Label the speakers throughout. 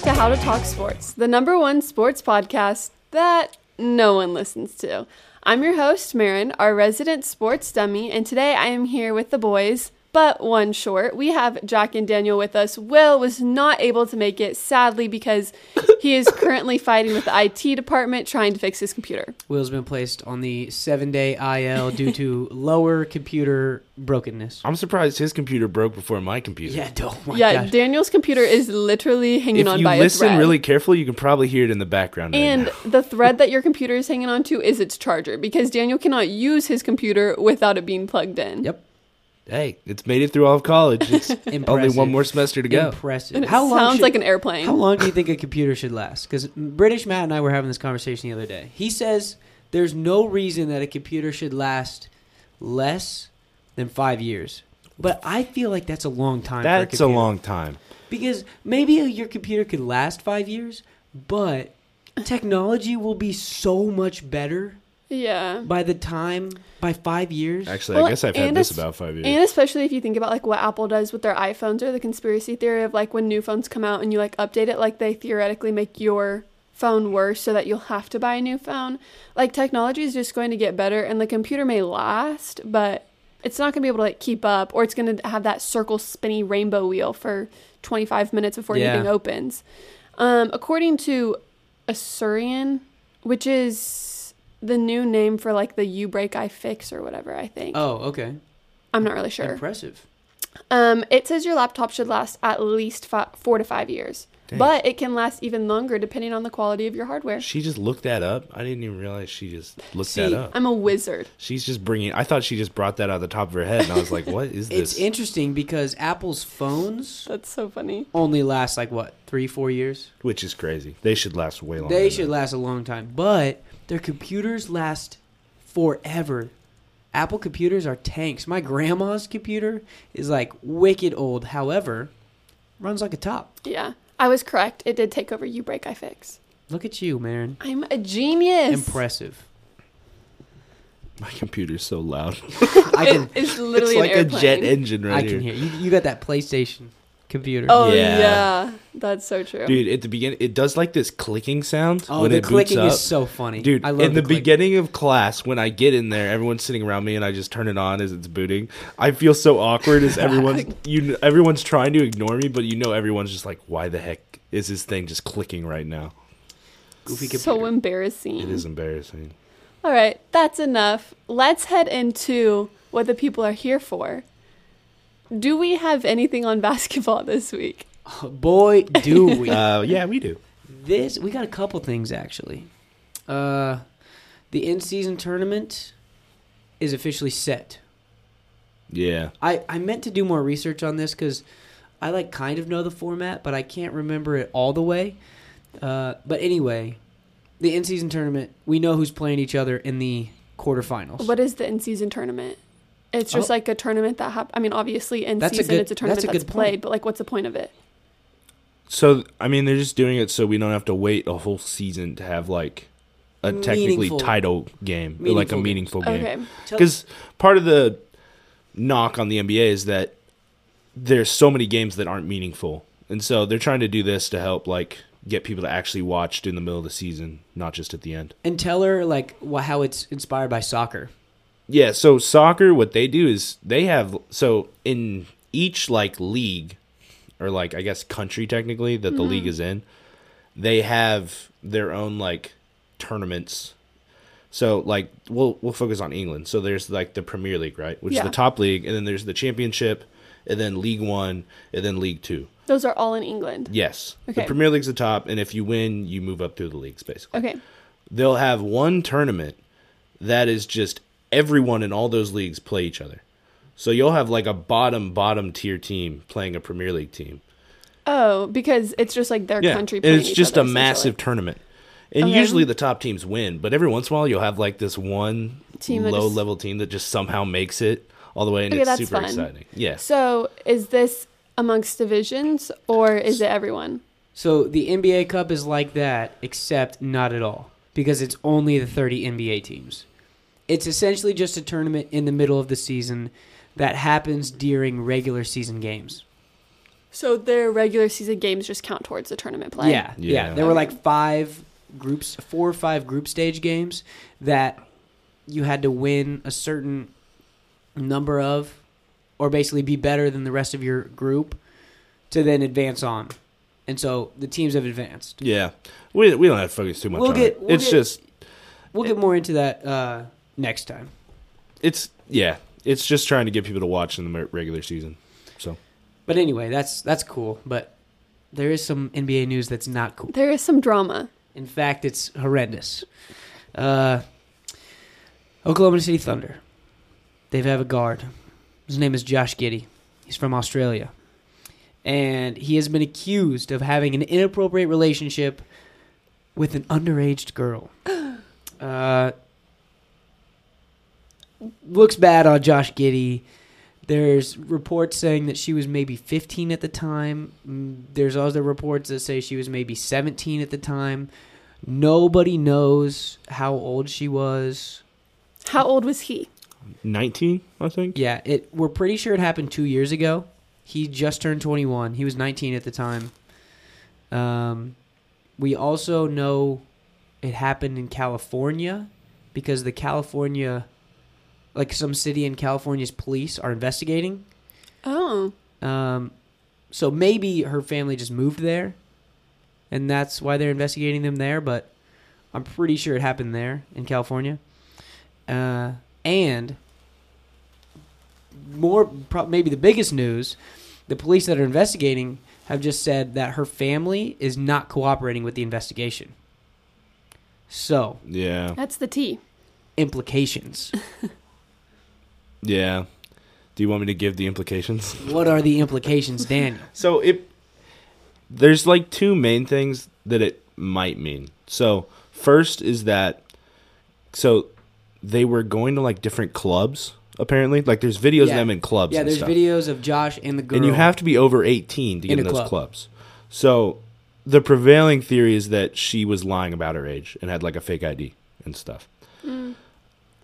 Speaker 1: Talk Sports, the number one sports podcast that no one listens to. I'm your host, Marin, our resident sports dummy, and today I am here with the boys, but one short. We have Jack and Daniel with us. Will was not able to make it, sadly, because he is currently fighting with the IT department trying to fix his computer.
Speaker 2: Will's been placed on the seven day IL due to lower computer brokenness.
Speaker 3: I'm surprised his computer broke before my computer.
Speaker 2: Yeah, oh my
Speaker 1: yeah,
Speaker 2: gosh.
Speaker 1: Daniel's computer is literally hanging
Speaker 3: If
Speaker 1: on
Speaker 3: you
Speaker 1: by a
Speaker 3: listen
Speaker 1: thread.
Speaker 3: really carefully, you can probably hear it in the background. right
Speaker 1: And
Speaker 3: now.
Speaker 1: the thread that your computer is hanging onto is its charger because Daniel cannot use his computer without it being plugged in.
Speaker 2: yep.
Speaker 3: hey, it's made it through all of college. It's only
Speaker 2: Impressive.
Speaker 3: one more semester to go.
Speaker 2: Impressive.
Speaker 1: And it
Speaker 2: how long
Speaker 1: sounds
Speaker 2: should-
Speaker 1: like an airplane.
Speaker 2: How long do you think a computer should last? Because British Matt and I were having this conversation the other day. He says there's no reason that a computer should last less than five years. But I feel like that's a long time. for a
Speaker 3: That's a
Speaker 2: computer.
Speaker 3: long time.
Speaker 2: because maybe your computer could last five years, but technology will be so much better
Speaker 1: Yeah.
Speaker 2: by the time by five years.
Speaker 3: Actually,
Speaker 1: Well,
Speaker 3: I guess I've
Speaker 1: and
Speaker 3: had this
Speaker 1: it's-
Speaker 3: about five years.
Speaker 1: And especially if you think about like what Apple does with their iPhones or the conspiracy theory of like when new phones come out and you like update it, like they theoretically make your phone worse so that you'll have to buy a new phone. Like technology is just going to get better and the computer may last, but it's not going to be able to like keep up or it's going to have that circle spinny rainbow wheel for 25 minutes before
Speaker 2: Yeah.
Speaker 1: anything opens. Um, according to Assyrian, which is the new name for like the you break I fix or whatever, I think.
Speaker 2: oh, okay,
Speaker 1: I'm not really sure.
Speaker 2: impressive.
Speaker 1: Um, it says your laptop should last at least fi- four to five years,
Speaker 3: Dang.
Speaker 1: but it can last even longer depending on the quality of your hardware.
Speaker 3: she just looked that up. I didn't even realize she just looked
Speaker 2: See,
Speaker 3: that up.
Speaker 1: I'm a wizard.
Speaker 3: She's just bringing. I thought she just brought that out of the top of her head, and I was like, "What is
Speaker 2: It's
Speaker 3: this?"
Speaker 2: interesting because Apple's phones
Speaker 1: That's so funny.
Speaker 2: only last like what three, four years.
Speaker 3: Which is crazy. They should last way longer.
Speaker 2: They
Speaker 3: than
Speaker 2: should
Speaker 3: that.
Speaker 2: last a long time, but their computers last forever. Apple computers are tanks. My grandma's computer is like wicked old. However, runs like a top.
Speaker 1: Yeah, I was correct. It did take over you break I fix.
Speaker 2: Look at you, man.
Speaker 1: I'm a genius.
Speaker 2: Impressive.
Speaker 3: My computer's so loud.
Speaker 2: I can,
Speaker 1: It is literally
Speaker 3: it's like
Speaker 1: an
Speaker 3: a
Speaker 1: airplane.
Speaker 3: jet engine
Speaker 2: I
Speaker 3: right
Speaker 2: can
Speaker 3: here.
Speaker 2: hear you. You got that PlayStation computer.
Speaker 1: Oh yeah.
Speaker 3: Yeah.
Speaker 1: that's so true.
Speaker 3: Dude, at the beginning, it does like this clicking sound.
Speaker 2: Oh,
Speaker 3: when
Speaker 2: the
Speaker 3: it boots
Speaker 2: clicking
Speaker 3: up.
Speaker 2: is so funny,
Speaker 3: Dude,
Speaker 2: I love
Speaker 3: in the,
Speaker 2: click.
Speaker 3: beginning of class, when I get in there, everyone's sitting around me, and I just turn it on as it's booting. I feel so awkward as everyone's you. Everyone's trying to ignore me, but you know, everyone's just like, "Why the heck is this thing just clicking right now?"
Speaker 2: Goofy
Speaker 1: so
Speaker 2: computer.
Speaker 1: embarrassing.
Speaker 3: It is embarrassing.
Speaker 1: All right, that's enough. Let's head into what the people are here for. Do we have anything on basketball this week?
Speaker 2: Boy, do we.
Speaker 3: Uh, yeah, we do.
Speaker 2: This we got a couple things actually. Uh, the in-season tournament is officially set.
Speaker 3: Yeah,
Speaker 2: I I meant to do more research on this because I like kind of know the format, but I can't remember it all the way. Uh, but anyway, the in-season tournament we know who's playing each other in the quarterfinals.
Speaker 1: What is the in season tournament? It's just
Speaker 2: Oh.
Speaker 1: like a tournament that hap I mean, obviously in
Speaker 2: That's a
Speaker 1: season
Speaker 2: good-
Speaker 1: it's a tournament
Speaker 2: that's
Speaker 1: that's,
Speaker 2: a good point.
Speaker 1: played, but like, what's the point of it?
Speaker 3: So I mean, they're just doing it so we don't have to wait a whole season to have like a technically
Speaker 2: Meaningful-
Speaker 3: title game, or, like
Speaker 2: meaningful
Speaker 3: a
Speaker 2: game.
Speaker 3: meaningful
Speaker 1: Okay,
Speaker 3: game. Because part of the knock on the NBA is that there's so many games that aren't meaningful, and so they're trying to do this to help like get people to actually watch in the middle of the season, not just at the end.
Speaker 2: and tell her like wh- how it's inspired by soccer.
Speaker 3: Yeah, so soccer, what they do is they have so in each like league or like I guess country technically that the
Speaker 1: Mm-hmm.
Speaker 3: league is in, they have their own like tournaments. So like we'll we'll focus on England. So there's like the Premier League, right? Which
Speaker 1: Yeah.
Speaker 3: is the top league, and then there's the championship, and then League One, and then League Two.
Speaker 1: those are all in England.
Speaker 3: Yes.
Speaker 1: Okay.
Speaker 3: The Premier League's the top, and if you win, you move up through the leagues basically
Speaker 1: Okay,
Speaker 3: they'll have one tournament that is just everyone in all those leagues play each other. So you'll have like a bottom bottom tier team playing a Premier League team.
Speaker 1: oh, because it's just like their
Speaker 3: Yeah,
Speaker 1: country.
Speaker 3: and
Speaker 1: playing
Speaker 3: it's
Speaker 1: each
Speaker 3: just
Speaker 1: other,
Speaker 3: a massive tournament. And
Speaker 1: Okay.
Speaker 3: usually the top teams win, but every once in a while you'll have like this one
Speaker 1: Team that
Speaker 3: low
Speaker 1: just-
Speaker 3: level team that just somehow makes it all the way, and
Speaker 1: Okay,
Speaker 3: it's
Speaker 1: that's
Speaker 3: super
Speaker 1: fun.
Speaker 3: exciting.
Speaker 1: essentially.
Speaker 3: Yes,
Speaker 1: So, is this amongst divisions or is it everyone?
Speaker 2: So the NBA Cup is like that, except not at all, because it's only the 30 NBA teams. It's essentially just a tournament in the middle of the season that happens during regular season games.
Speaker 1: So their regular season games just count towards the tournament play.
Speaker 2: Yeah, yeah,
Speaker 3: Yeah.
Speaker 2: There were like five groups, four or five group stage games that you had to win a certain number of, or basically be better than the rest of your group to then advance on. And so the teams have advanced.
Speaker 3: Yeah, we we don't have to focus too much
Speaker 2: We'll
Speaker 3: on
Speaker 2: get-
Speaker 3: it.
Speaker 2: we'll
Speaker 3: it's
Speaker 2: get-
Speaker 3: just
Speaker 2: We'll get more into that uh, next time.
Speaker 3: it's yeah, it's just trying to get people to watch in the mer- regular season. So
Speaker 2: But anyway, that's that's cool. But there is some NBA news that's not cool.
Speaker 1: There is some drama.
Speaker 2: In fact, it's horrendous. Uh, Oklahoma City Thunder. They have a guard. His name is Josh Giddy. He's from Australia. And he has been accused of having an inappropriate relationship with an underage girl. Uh, looks bad on Josh Giddy. There's reports saying that she was maybe 15 at the time. Mm, There's also reports that say she was maybe 17 at the time. Nobody knows how old she was.
Speaker 1: How old was he?
Speaker 3: nineteen, I think.
Speaker 2: Yeah, it. We're pretty sure it happened two years ago. He just turned 21. He was 19 at the time. Um, we also know it happened in California because the California, like some city in California's police are investigating.
Speaker 1: Oh,
Speaker 2: Um, so maybe her family just moved there, and that's why they're investigating them there. But I'm pretty sure it happened there in California. Uh, and more, prob maybe the biggest news: the police that are investigating have just said that her family is not cooperating with the investigation. So
Speaker 3: Yeah,
Speaker 1: that's the T.
Speaker 2: implications.
Speaker 3: yeah. Do you want me to give the implications?
Speaker 2: what are the implications, Daniel?
Speaker 3: So it there's like two main things that it might mean. So first is that so they were going to like different clubs apparently. Like there's videos
Speaker 2: Yeah.
Speaker 3: of them in clubs.
Speaker 2: Yeah,
Speaker 3: and
Speaker 2: there's
Speaker 3: stuff.
Speaker 2: videos of Josh and the girl.
Speaker 3: And you have to be over 18 to get
Speaker 2: In
Speaker 3: in,
Speaker 2: a
Speaker 3: those
Speaker 2: club.
Speaker 3: clubs. So the prevailing theory is that she was lying about her age and had like a fake ID and stuff.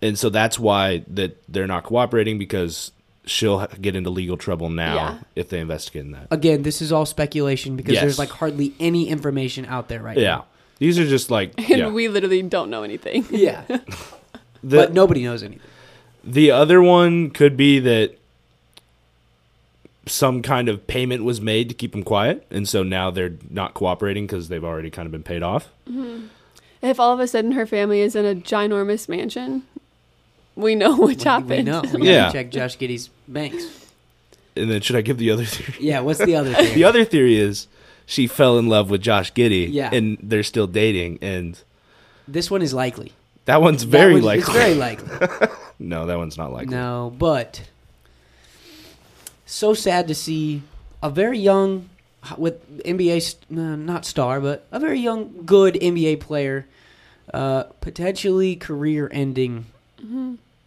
Speaker 3: And so that's why that they're not cooperating because she'll ha- get into legal trouble now
Speaker 1: Yeah.
Speaker 3: if they investigate in that.
Speaker 2: again, this is all speculation because
Speaker 3: Yes.
Speaker 2: there's like hardly any information out there right
Speaker 3: yeah.
Speaker 2: now.
Speaker 3: These are just like
Speaker 1: And
Speaker 3: yeah.
Speaker 1: we literally don't know anything.
Speaker 2: Yeah.
Speaker 3: the,
Speaker 2: but nobody knows anything.
Speaker 3: the other one could be that some kind of payment was made to keep them quiet and so now they're not cooperating because they've already kind of been paid off.
Speaker 1: If all of a sudden her family is in a ginormous mansion, we know what
Speaker 2: We-
Speaker 1: happened.
Speaker 2: We know. We
Speaker 3: Yeah.
Speaker 2: gotta check Josh Giddy's banks.
Speaker 3: And then should I give the other theory?
Speaker 2: Yeah, what's the other thing?
Speaker 3: The other theory is she fell in love with Josh Giddy,
Speaker 2: Yeah.
Speaker 3: and they're still dating, and
Speaker 2: this one is likely.
Speaker 3: that one's
Speaker 2: That
Speaker 3: very
Speaker 2: one's-
Speaker 3: likely.
Speaker 2: It's very likely.
Speaker 3: no, that one's not likely.
Speaker 2: no, but so sad to see a very young with NBA st- no, uh, not star, but a very young good NBA player uh potentially career-ending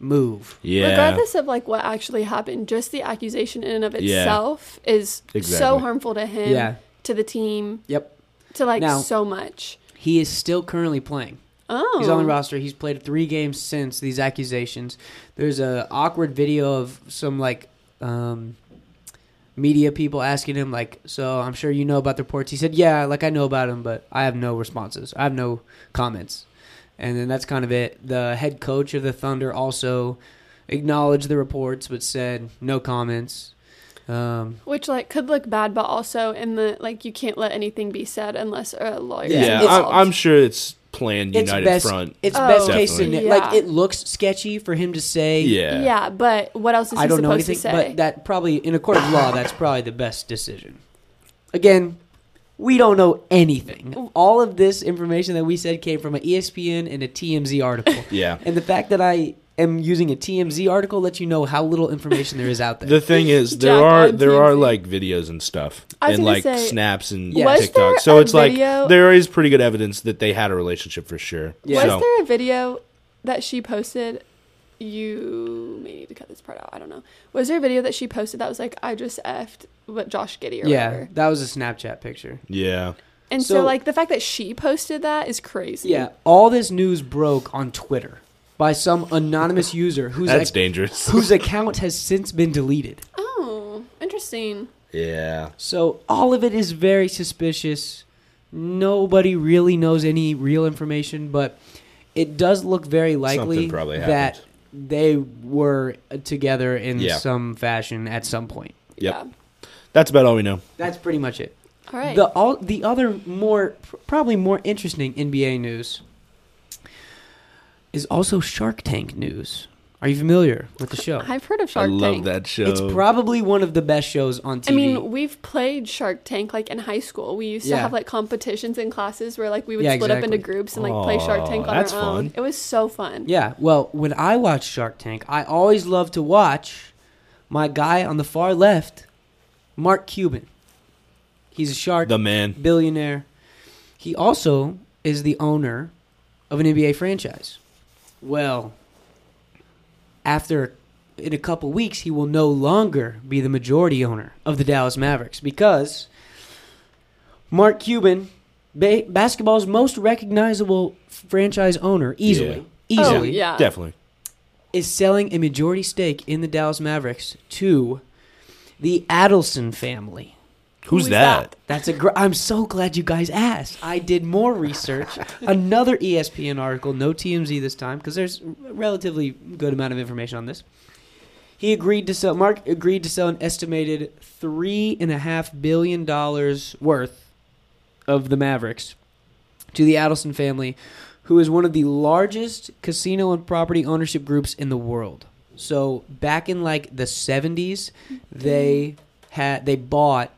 Speaker 2: move.
Speaker 3: Yeah,
Speaker 1: Regardless of like what actually happened, just the accusation in and of
Speaker 3: Yeah.
Speaker 1: itself is so
Speaker 3: Exactly.
Speaker 1: harmful to him,
Speaker 2: Yeah.
Speaker 1: to the team,
Speaker 2: Yep.
Speaker 1: to like
Speaker 2: Now-
Speaker 1: so much.
Speaker 2: He is still currently playing.
Speaker 1: Oh,
Speaker 2: He's on the roster. He's played three games since these accusations. There's a awkward video of some like um, media people asking him like, "So I'm sure you know about the reports." He said, "Yeah, like I know about them, but I have no responses. I have no comments." And then that's kind of it. The head coach of the Thunder also acknowledged the reports, but said no comments. Um,
Speaker 1: Which like could look bad, but also in the like you can't let anything be said unless a lawyer. is
Speaker 3: yeah.
Speaker 2: It's-
Speaker 1: involved.
Speaker 3: I'm, I'm sure it's planned
Speaker 2: it's
Speaker 3: United
Speaker 2: best.
Speaker 3: Front.
Speaker 2: It's
Speaker 1: Oh,
Speaker 2: best case
Speaker 3: Definitely.
Speaker 2: scenario. Like
Speaker 1: yeah.
Speaker 2: it looks sketchy for him to say.
Speaker 3: yeah,
Speaker 1: yeah. but what else is he
Speaker 2: I don't
Speaker 1: supposed
Speaker 2: know anything,
Speaker 1: to say?
Speaker 2: but that probably, in a court of law, that's probably the best decision. Again, we don't know anything. All of this information that we said came from E an ESPN and a TMZ article.
Speaker 3: yeah.
Speaker 2: and the fact that I am using a TMZ article lets you know how little information there is out there.
Speaker 3: The thing is, there
Speaker 1: Jack
Speaker 3: are
Speaker 1: on
Speaker 3: there are
Speaker 1: TMZ.
Speaker 3: like videos and stuff,
Speaker 1: I was
Speaker 3: and
Speaker 1: gonna
Speaker 3: like
Speaker 1: say,
Speaker 3: snaps and
Speaker 2: Yeah. was
Speaker 1: there
Speaker 3: TikTok. So
Speaker 1: a
Speaker 3: it's like
Speaker 1: video-
Speaker 3: there is pretty good evidence that they had a relationship for sure.
Speaker 2: Yeah.
Speaker 1: Was
Speaker 3: So,
Speaker 1: there a video that she posted? You may need to cut this part out. I don't know. Was there a video that she posted that was like, I just effed what Josh Giddy or
Speaker 2: yeah,
Speaker 1: whatever?
Speaker 2: that was a Snapchat picture.
Speaker 3: yeah,
Speaker 1: And so,
Speaker 2: So-
Speaker 1: like, the fact that she posted that is crazy.
Speaker 2: Yeah, all this news broke on Twitter by some anonymous user whose,
Speaker 3: that's
Speaker 2: ac-
Speaker 3: dangerous.
Speaker 2: whose account has since been deleted.
Speaker 1: Oh, interesting.
Speaker 3: Yeah.
Speaker 2: So all of it is very suspicious. Nobody really knows any real information, but it does look very likely
Speaker 3: Something probably
Speaker 2: that
Speaker 3: happened.
Speaker 2: they were uh, together in
Speaker 3: Yeah.
Speaker 2: some fashion at some point.
Speaker 3: Yep.
Speaker 1: Yeah.
Speaker 3: That's about all we know.
Speaker 2: That's pretty much it.
Speaker 1: All right.
Speaker 2: The all the other more probably more interesting NBA news is also Shark Tank news. Are you familiar with the show?
Speaker 1: I've heard of Shark
Speaker 3: I love
Speaker 1: Tank.
Speaker 3: that show.
Speaker 2: It's probably one of the best shows on TV.
Speaker 1: I mean, we've played Shark Tank like in high school. We used
Speaker 2: Yeah.
Speaker 1: to have like competitions in classes where like we would
Speaker 2: Yeah,
Speaker 1: split up
Speaker 2: exactly.
Speaker 1: into groups and like play Shark
Speaker 3: Aw,
Speaker 1: Tank on
Speaker 3: that's
Speaker 1: our own.
Speaker 3: fun.
Speaker 1: It was so fun.
Speaker 2: Yeah, well, when I watch Shark Tank, I always love to watch my guy on the far left, Mark Cuban. He's a shark
Speaker 3: the man.
Speaker 2: billionaire. He also is the owner of an NBA franchise. Well, after in a couple weeks, he will no longer be the majority owner of the Dallas Mavericks because Mark Cuban, ba- basketball's most recognizable franchise owner, easily, easily,
Speaker 1: Oh, yeah.
Speaker 3: Definitely.
Speaker 2: is selling a majority stake in the Dallas Mavericks to the Adelson family.
Speaker 3: Who's
Speaker 1: is
Speaker 3: that?
Speaker 2: That's a gr- I'm so glad you guys asked. I did more research. Another E ESPN article, no TMZ this time because there's a relatively good amount of information on this. He agreed to sell. Mark agreed to sell an estimated three and a half billion dollars worth of the Mavericks to the Adelson family, who is one of the largest casino and property ownership groups in the world. So back in like the 70s, they had they bought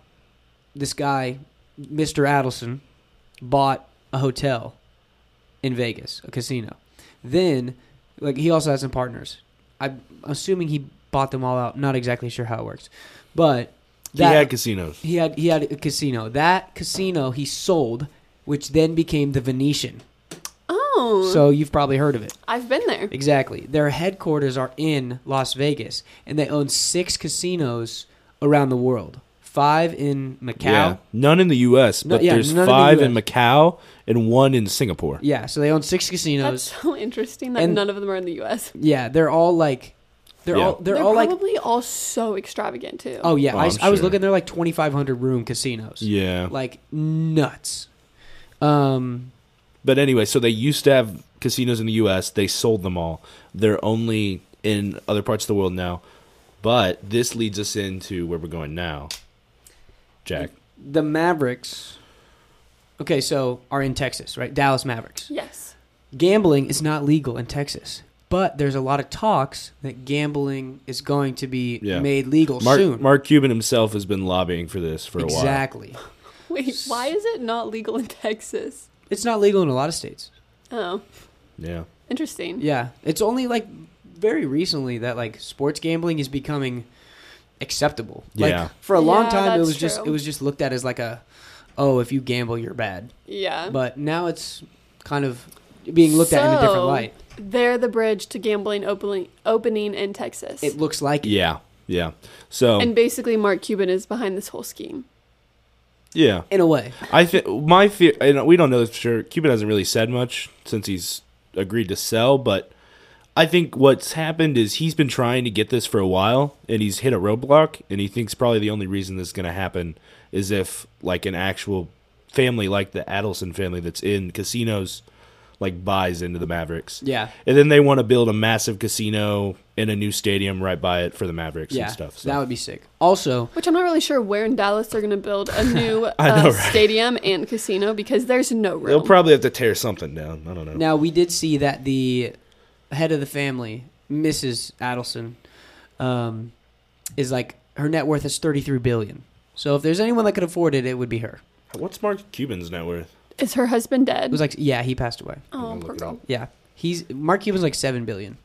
Speaker 2: this guy, Mr. Adelson, bought a hotel in Vegas, a casino. Then, like, he also has some partners. I'm assuming he bought them all out. Not exactly sure how it works, but that,
Speaker 3: he had casinos.
Speaker 2: he had he had a casino. That casino he sold, which then became the Venetian.
Speaker 1: Oh,
Speaker 2: So you've probably heard of it.
Speaker 1: I've been there.
Speaker 2: Exactly. Their headquarters are in Las Vegas, and they own six casinos around the world. Five in Macau.
Speaker 3: Yeah. None in the U.S.,
Speaker 2: No-
Speaker 3: but
Speaker 2: yeah,
Speaker 3: there's
Speaker 2: none in the
Speaker 3: five in,
Speaker 2: US.
Speaker 3: Macau and one in Singapore.
Speaker 2: Yeah, so they own six casinos.
Speaker 1: That's so interesting that
Speaker 2: And-
Speaker 1: none of them are in the U.S.
Speaker 2: Yeah, they're all like, they're
Speaker 3: Yeah.
Speaker 2: all they're,
Speaker 1: They're,
Speaker 2: all like,
Speaker 1: probably all so extravagant too.
Speaker 2: oh yeah,
Speaker 3: Oh,
Speaker 2: I,
Speaker 3: I'm
Speaker 2: s- I was
Speaker 3: sure.
Speaker 2: looking, they're like twenty five hundred room casinos.
Speaker 3: Yeah.
Speaker 2: like nuts. Um,
Speaker 3: But anyway, so they used to have casinos in the U.S. They sold them all. They're only in other parts of the world now. But this leads us into where we're going now. Jack.
Speaker 2: the Mavericks. Okay, so are in Texas, right? Dallas Mavericks.
Speaker 1: Yes.
Speaker 2: Gambling is not legal in Texas, but there's a lot of talks that gambling is going to be
Speaker 3: Yeah.
Speaker 2: made legal
Speaker 3: Mark,
Speaker 2: soon.
Speaker 3: Mark Cuban himself has been lobbying for this for a while.
Speaker 2: exactly.
Speaker 1: Wait, why is it not legal in Texas?
Speaker 2: It's not legal in a lot of states.
Speaker 1: Oh,
Speaker 3: Yeah.
Speaker 1: interesting.
Speaker 2: Yeah, it's only like very recently that like sports gambling is becoming acceptable.
Speaker 3: Yeah.
Speaker 2: Like for a long
Speaker 1: Yeah,
Speaker 2: time it
Speaker 1: that's
Speaker 2: was just
Speaker 1: true.
Speaker 2: it was just looked at as like a oh, if you gamble you're bad.
Speaker 1: Yeah.
Speaker 2: But now it's kind of being looked at in a different
Speaker 1: So,
Speaker 2: light.
Speaker 1: They're the bridge to gambling opening opening in Texas.
Speaker 2: It Oh. looks like it.
Speaker 3: Yeah. Yeah. So,
Speaker 1: and basically Mark Cuban is behind this whole scheme.
Speaker 3: yeah.
Speaker 2: in a way.
Speaker 3: I think my fear, and we don't know this for sure. Cuban hasn't really said much since he's agreed to sell, but I think what's happened is he's been trying to get this for a while, and he's hit a roadblock, and he thinks probably the only reason this is going to happen is if like an actual family, like the Adelson family that's in casinos, like buys into the Mavericks.
Speaker 2: Yeah.
Speaker 3: And then they want to build a massive casino and a new stadium right by it for the Mavericks
Speaker 2: Yeah.
Speaker 3: and stuff. So.
Speaker 2: That would be sick. Also,
Speaker 1: Which I'm not really sure where in Dallas they're going to build a new
Speaker 3: I
Speaker 1: uh,
Speaker 3: know, right?
Speaker 1: stadium and casino because there's no room.
Speaker 3: They'll probably have to tear something down. I don't know.
Speaker 2: now we did see that the head of the family, Mrs. Adelson, um, is like her net worth is 33 billion. So if there's anyone that could afford it, it would be her.
Speaker 3: What's Mark Cuban's net worth?
Speaker 1: is her husband dead?
Speaker 2: It was like, yeah, he passed away.
Speaker 1: oh,
Speaker 3: I'm gonna
Speaker 1: poor
Speaker 3: look it
Speaker 1: girl.
Speaker 3: up.
Speaker 2: Yeah, he's Mark Cuban's like seven billion.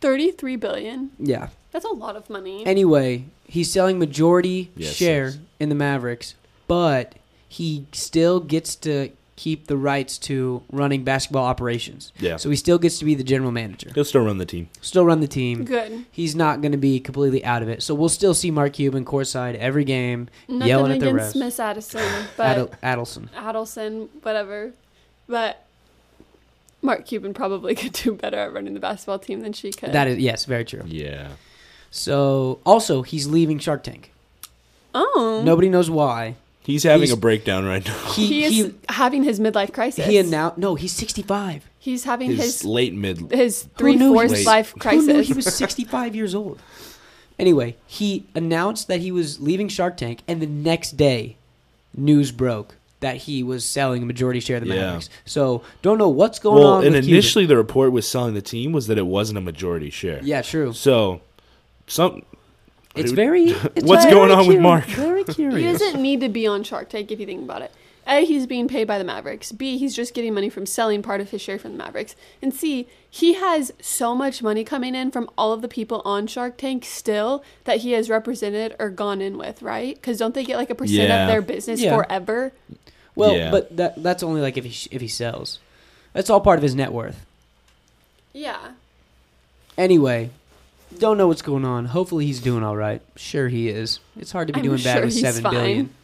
Speaker 1: 33 billion.
Speaker 2: Yeah.
Speaker 1: That's a lot of money.
Speaker 2: Anyway, he's selling majority
Speaker 3: Yes,
Speaker 2: share
Speaker 3: yes.
Speaker 2: in the Mavericks, but he still gets to keep the rights to running basketball operations.
Speaker 3: Yeah.
Speaker 2: So he still gets to be the general manager.
Speaker 3: He'll still run the team.
Speaker 2: Still run the team.
Speaker 1: Good.
Speaker 2: He's not going to be completely out of it. So we'll still see Mark Cuban courtside every game,
Speaker 1: Nothing
Speaker 2: yelling at the refs.
Speaker 1: against Miss Addison, but
Speaker 2: Adel- Adelson.
Speaker 1: Adelson, whatever. But Mark Cuban probably could do better at running the basketball team than she could.
Speaker 2: That is yes, very true.
Speaker 3: Yeah.
Speaker 2: So also he's leaving Shark Tank.
Speaker 1: Oh.
Speaker 2: Nobody knows why.
Speaker 3: He's having
Speaker 2: He's-
Speaker 3: a breakdown right now.
Speaker 2: He
Speaker 1: He is
Speaker 2: he
Speaker 1: having his midlife crisis.
Speaker 2: he announced. No, he's sixty five.
Speaker 1: He's having
Speaker 3: His
Speaker 1: his
Speaker 3: late mid.
Speaker 1: his
Speaker 2: Who
Speaker 1: three
Speaker 2: knew he
Speaker 1: fourths
Speaker 3: was-
Speaker 1: life
Speaker 2: Who knew
Speaker 1: crisis.
Speaker 2: he was 65 years old? Anyway, he announced that he was leaving Shark Tank, and the next day, news broke that he was selling a majority share of the
Speaker 3: Yeah.
Speaker 2: Mavericks. So don't know what's going
Speaker 3: Well,
Speaker 2: on.
Speaker 3: and
Speaker 2: with Cuban.
Speaker 3: initially the report was selling the team was that it wasn't a majority share.
Speaker 2: yeah, true.
Speaker 3: So, some
Speaker 2: It's
Speaker 3: Dude.
Speaker 2: very. it's
Speaker 3: What's
Speaker 2: very
Speaker 3: going on with
Speaker 2: curi-
Speaker 3: Mark?
Speaker 1: He
Speaker 2: Very curious.
Speaker 1: doesn't need to be on Shark Tank if you think about it. A, he's being paid by the Mavericks. B, he's just getting money from selling part of his share from the Mavericks. And C, he has so much money coming in from all of the people on Shark Tank still that he has represented or gone in with, right? Because don't they get like a percent
Speaker 3: Yeah.
Speaker 1: of their business
Speaker 2: Yeah.
Speaker 1: forever?
Speaker 2: Well,
Speaker 3: Yeah.
Speaker 2: but that that's only like if he sh- if he sells. That's all part of his net worth.
Speaker 1: Yeah.
Speaker 2: Anyway, don't know what's going on. Hopefully he's doing all right. Sure he is. It's hard to be
Speaker 1: I'm
Speaker 2: doing bad
Speaker 1: sure
Speaker 2: with
Speaker 1: he's
Speaker 2: seven
Speaker 1: fine.
Speaker 2: billion.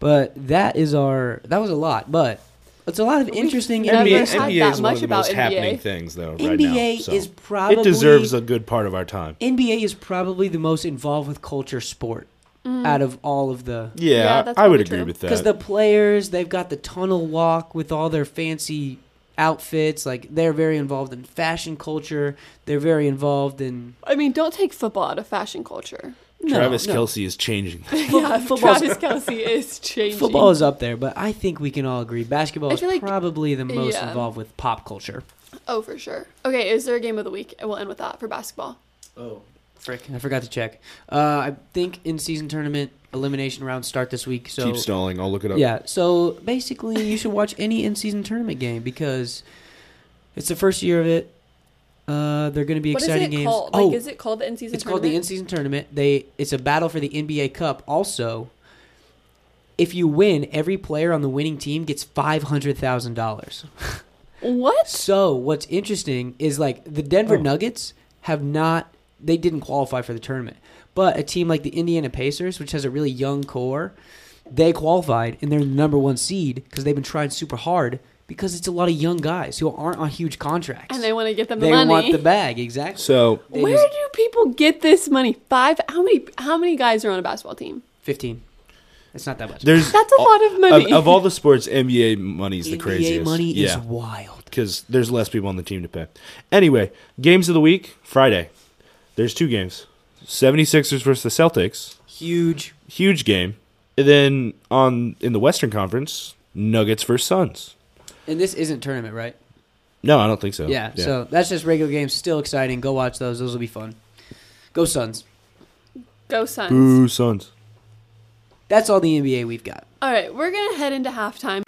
Speaker 2: But that is our that was a lot, but it's a lot of
Speaker 1: We've
Speaker 2: interesting
Speaker 1: never
Speaker 2: NBA.
Speaker 3: NBA,
Speaker 1: had that
Speaker 3: NBA is one
Speaker 1: much
Speaker 3: of the
Speaker 1: about
Speaker 3: most happening
Speaker 1: NBA.
Speaker 3: things though right now.
Speaker 2: NBA
Speaker 3: so.
Speaker 2: is probably
Speaker 3: it deserves a good part of our time.
Speaker 2: NBA is probably the most involved with culture sport
Speaker 1: Mm-hmm.
Speaker 2: out of all of the
Speaker 3: Yeah,
Speaker 1: Yeah, that's
Speaker 3: I would
Speaker 1: probably
Speaker 3: agree
Speaker 1: true.
Speaker 3: with
Speaker 2: because
Speaker 3: that.
Speaker 2: the players they've got the tunnel walk with all their fancy outfits like they're very involved in fashion culture they're very involved in
Speaker 1: I mean, don't take football out of fashion culture.
Speaker 2: no,
Speaker 3: Travis
Speaker 2: no.
Speaker 3: Kelsey is changing.
Speaker 1: yeah,
Speaker 2: football's-
Speaker 1: Travis Kelsey is changing.
Speaker 2: Football is up there, but I think we can all agree basketball
Speaker 1: I
Speaker 2: is
Speaker 1: feel like-
Speaker 2: probably the most
Speaker 1: yeah.
Speaker 2: involved with pop culture.
Speaker 1: Oh, for sure. Okay, is there a game of the week? We'll end with that for basketball.
Speaker 2: Oh, frick! I forgot to check. Uh, I think in season tournament elimination rounds start this week. So
Speaker 3: Keep stalling. I'll look it up.
Speaker 2: yeah, so basically you should watch any in season tournament game because it's the first year of it. Uh, they're going to be
Speaker 1: What is
Speaker 2: exciting
Speaker 1: it
Speaker 2: games.
Speaker 1: called?
Speaker 2: oh,
Speaker 1: Like, is it called the in-season
Speaker 2: it's called the in season tournament. They it's a battle for the NBA Cup. Also, if you win, every player on the winning team gets five hundred thousand dollars.
Speaker 1: What?
Speaker 2: So what's interesting is like the Denver
Speaker 3: Oh.
Speaker 2: Nuggets have not they didn't qualify for the tournament. But a team like the Indiana Pacers, which has a really young core, they qualified and they're the number one seed because they've been trying super hard because it's a lot of young guys who aren't on huge contracts.
Speaker 1: And they want to get them the
Speaker 2: They
Speaker 1: money.
Speaker 2: want the bag, exactly.
Speaker 3: So
Speaker 2: They
Speaker 1: Where
Speaker 2: just-
Speaker 1: do people get this money? Five? How many? How many guys are on a basketball team?
Speaker 2: Fifteen. It's not that much.
Speaker 3: there's
Speaker 1: That's a lot of money.
Speaker 3: Of, of all the sports, NBA money is the
Speaker 2: NBA
Speaker 3: craziest.
Speaker 2: money
Speaker 3: yeah,
Speaker 2: is wild.
Speaker 3: because there's less people on the team to pay. Anyway, games of the week Friday. There's two games: 76ers versus the Celtics.
Speaker 2: Huge.
Speaker 3: huge game. And then on in the Western Conference, Nuggets versus Suns.
Speaker 2: And this isn't tournament, right?
Speaker 3: No, I don't think so.
Speaker 2: yeah. So that's just regular games. Still exciting. Go watch those. Those will be fun. Go Suns.
Speaker 1: Go Suns!
Speaker 3: boo Suns.
Speaker 2: That's all the NBA we've got.
Speaker 1: All right, we're gonna head into halftime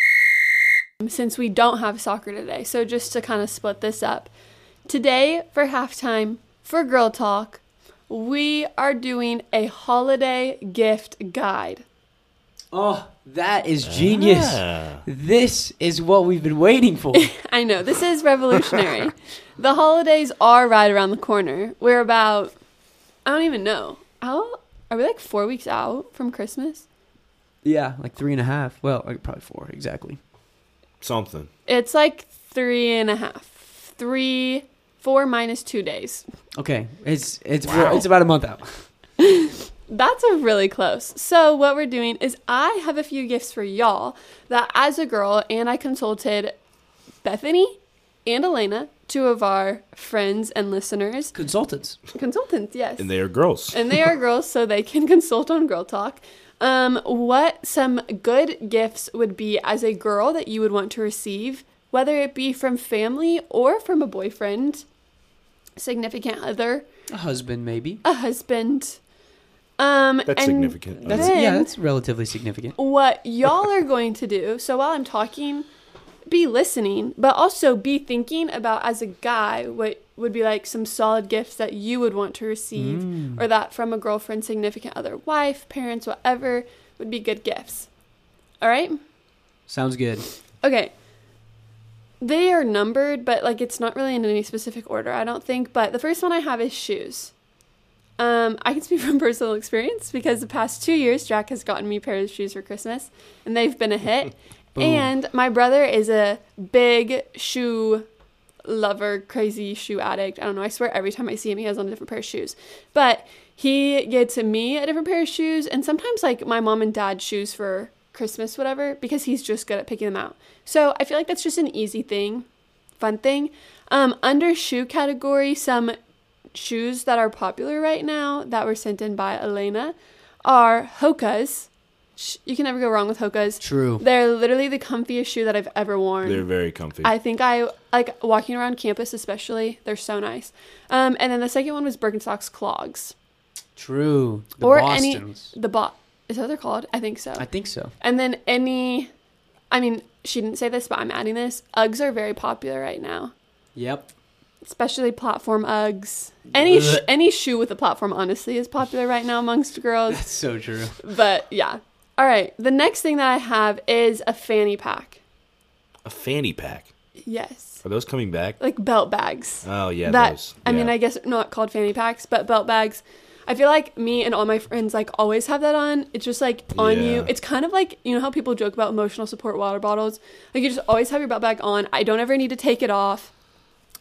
Speaker 1: since we don't have soccer today. So just to kind of split this up, today for halftime for Girl Talk, we are doing a holiday gift guide.
Speaker 2: Oh, that is
Speaker 3: Ah.
Speaker 2: genius. This is what we've been waiting for.
Speaker 1: I know, this is revolutionary. the holidays are right around the corner. We're about, I don't even know. How are we like four weeks out from Christmas?
Speaker 2: yeah, like three and a half. Well, like probably four, exactly.
Speaker 3: Something.
Speaker 1: It's like three and a half, three, four minus two days.
Speaker 2: Okay, it's it's we're- it's about a month out.
Speaker 1: That's a really close. So what we're doing is I have a few gifts for y'all that as a girl and I consulted Bethany and Elena, two of our friends and listeners,
Speaker 2: Consultants.
Speaker 1: consultants, yes.
Speaker 3: And they are girls.
Speaker 1: and they are girls, so they can consult on Girl Talk. Um, what some good gifts would be as a girl that you would want to receive, whether it be from family or from a boyfriend, significant other,
Speaker 2: A husband, maybe.
Speaker 1: a husband. Um,
Speaker 3: That's
Speaker 1: and
Speaker 3: significant.
Speaker 2: That's
Speaker 1: then
Speaker 2: yeah, that's relatively significant.
Speaker 1: what y'all are going to do. So while I'm talking, be listening, but also be thinking about as a guy what would be like some solid gifts that you would want to receive or that from a girlfriend, significant other, wife, parents, whatever would be good gifts. All right?
Speaker 2: Sounds good.
Speaker 1: Okay. They are numbered, but like it's not really in any specific order, I don't think. But the first one I have is shoes. Um, I can speak from personal experience because the past two years, Jack has gotten me a pair of shoes for Christmas, and they've been a hit.
Speaker 2: Boom.
Speaker 1: and my brother is a big shoe lover, crazy shoe addict. I don't know. I swear every time I see him, he has on a different pair of shoes. But he gets me a different pair of shoes and sometimes like my mom and dad shoes for Christmas, whatever, because he's just good at picking them out. So I feel like that's just an easy thing, fun thing. Um, under shoe category, some shoes that are popular right now that were sent in by Elena are Hoka's. Sh- You can never go wrong with Hoka's.
Speaker 2: True.
Speaker 1: They're literally the comfiest shoe that I've ever worn.
Speaker 3: They're very comfy.
Speaker 1: I think I like walking around campus, especially. They're so nice. Um, and then the second one was Birkenstocks clogs
Speaker 2: True. The
Speaker 1: or
Speaker 2: Bostons.
Speaker 1: any the bot. Is that what they're called? I think so.
Speaker 2: I think so.
Speaker 1: and then any, I mean, she didn't say this, but I'm adding this. Uggs are very popular right now,
Speaker 2: Yep.
Speaker 1: especially platform Uggs. Any sh-
Speaker 2: Blech.
Speaker 1: any shoe with a platform, honestly, is popular right now amongst girls.
Speaker 2: That's so true.
Speaker 1: But yeah. All right. The next thing that I have is a fanny pack.
Speaker 3: a fanny pack.
Speaker 1: Yes.
Speaker 3: Are those coming back?
Speaker 1: Like belt bags.
Speaker 3: Oh yeah,
Speaker 1: that
Speaker 3: those.
Speaker 1: I mean,
Speaker 3: Yeah.
Speaker 1: I guess not called fanny packs, but belt bags. I feel like me and all my friends like always have that on. It's just like on you.
Speaker 3: Yeah.
Speaker 1: It's kind of like you know how people joke about emotional support water bottles. Like you just always have your belt bag on. I don't ever need to take it off.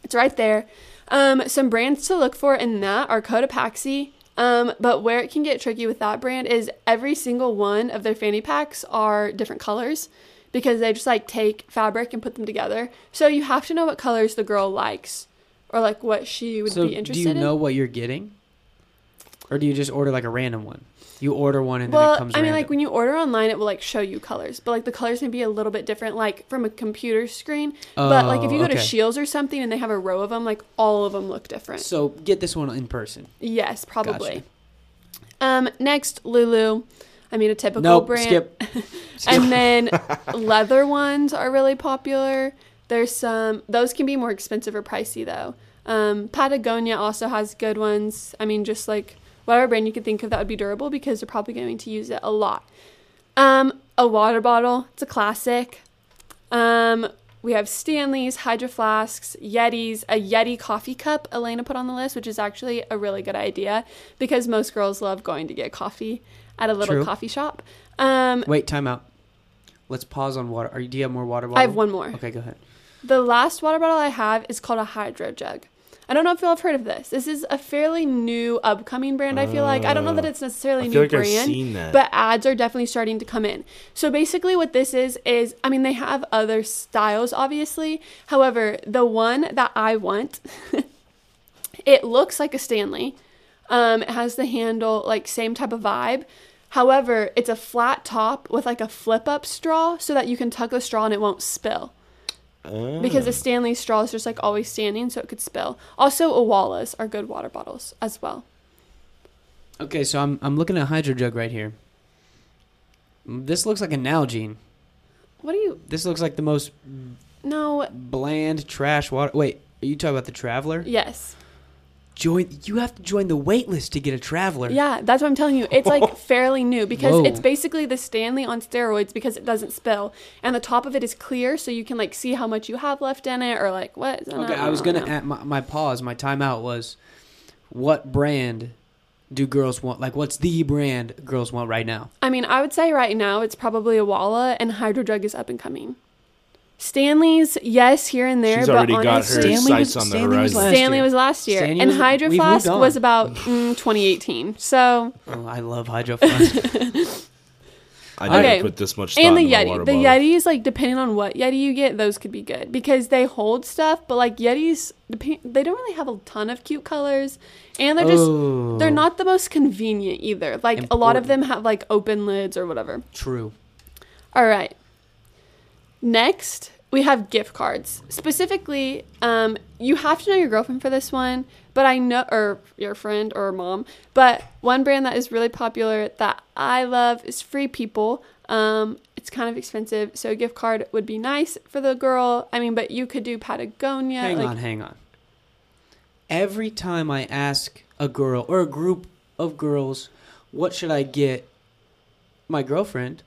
Speaker 1: It's right there. Um, some brands to look for in that are Cotopaxi. Um, but where it can get tricky with that brand is every single one of their fanny packs are different colors because they just like take fabric and put them together. So you have to know what colors the girl likes or like what she would
Speaker 2: So
Speaker 1: be
Speaker 2: do
Speaker 1: interested
Speaker 2: you
Speaker 1: in.
Speaker 2: know what you're getting? Or do you just order like a random one? You order one and then it
Speaker 1: well,
Speaker 2: comes
Speaker 1: I mean,
Speaker 2: random.
Speaker 1: like when you order online, it will like show you colors, but like the colors may be a little bit different, like from a computer screen. but like if
Speaker 2: Oh,
Speaker 1: you go to
Speaker 2: okay.
Speaker 1: Shields or something and they have a row of them, like all of them look different.
Speaker 2: So get this one in person.
Speaker 1: Yes, probably. Um, next, Lulu. I mean, a typical
Speaker 2: nope,
Speaker 1: brand.
Speaker 2: skip.
Speaker 1: And then leather ones are really popular. There's some, those can be more expensive or pricey though. Um, Patagonia also has good ones. I mean, just like whatever brand you could think of that would be durable because they're probably going to use it a lot. Um, a water bottle, it's a classic. Um, we have Stanley's, Hydro Flasks, Yetis, a Yeti coffee cup Elena put on the list, which is actually a really good idea because most girls love going to get coffee at a little
Speaker 2: True.
Speaker 1: coffee shop. Um,
Speaker 2: Wait, time out. Let's pause on water. Are you, do you have more water? Bottle?
Speaker 1: I have one more.
Speaker 2: Okay, go ahead.
Speaker 1: The last water bottle I have is called a hydro jug. I don't know if y'all have heard of this. This is a fairly new upcoming brand, I feel like. I don't know that it's necessarily a
Speaker 3: Uh, I
Speaker 1: new
Speaker 3: feel like I've
Speaker 1: brand.
Speaker 3: seen that.
Speaker 1: But ads are definitely starting to come in. So basically what this is is I mean they have other styles obviously. However, the one that I want it looks like a Stanley. Um, it has the handle, like same type of vibe. However, it's a flat top with like a flip up straw so that you can tuck the straw and it won't spill.
Speaker 3: Oh.
Speaker 1: Because
Speaker 2: Hmm.
Speaker 1: the Stanley straw is just like always standing, so it could spill. Also, Awalas are good water bottles as well.
Speaker 2: Okay, so I'm I'm looking at hydro jug right here. Mm, This looks like a Nalgene.
Speaker 1: What do you?
Speaker 2: This looks like the most
Speaker 1: No.
Speaker 2: bland trash water. Wait, are you talking about the Traveler?
Speaker 1: Yes.
Speaker 2: Join. You have to join the wait list to get a Traveler.
Speaker 1: Yeah, that's what I'm telling you. It's like fairly new because
Speaker 2: Whoa.
Speaker 1: it's basically the Stanley on steroids because it doesn't spill, and the top of it is clear, so you can like see how much you have left in it or like what.
Speaker 2: Okay, I was gonna at my, my pause, my timeout was, what brand do girls want? Like, what's the brand girls want right now?
Speaker 1: I mean, I would say right now it's probably Awala and Hydro Drug is up and coming. Stanley's, yes, here and there,
Speaker 3: She's
Speaker 1: but
Speaker 3: already got her
Speaker 1: honestly,
Speaker 2: Stanley
Speaker 3: sights
Speaker 2: was-
Speaker 3: on the
Speaker 2: Stanley was
Speaker 3: horizon.
Speaker 2: last
Speaker 1: Stanley
Speaker 2: year.
Speaker 1: was last year,
Speaker 2: Stanley
Speaker 1: and
Speaker 2: was-
Speaker 1: Hydro
Speaker 2: we've moved
Speaker 1: Flask
Speaker 2: on.
Speaker 1: was about mm, 2018. So,
Speaker 2: Oh, I love Hydro Flask.
Speaker 3: I didn't
Speaker 1: Okay.
Speaker 3: put this much. Thought
Speaker 1: and the
Speaker 3: into my water
Speaker 1: Yeti, the
Speaker 3: bottle.
Speaker 1: Yetis, like depending on what Yeti you get, those could be good because they hold stuff. But like Yetis, dep- they don't really have a ton of cute colors, and they're just they're
Speaker 2: Oh.
Speaker 1: not the most convenient either. Like a lot of them
Speaker 2: Important.
Speaker 1: have like open lids or whatever.
Speaker 2: True.
Speaker 1: All right. Next, we have gift cards. Specifically, um, you have to know your girlfriend for this one, but I know, or your friend or mom. But one brand that is really popular that I love is Free People. Um, it's kind of expensive, so a gift card would be nice for the girl. I mean, but you could do Patagonia.
Speaker 2: hang
Speaker 1: like,
Speaker 2: on, hang on. Every time I ask a girl or a group of girls, what should I get my girlfriend?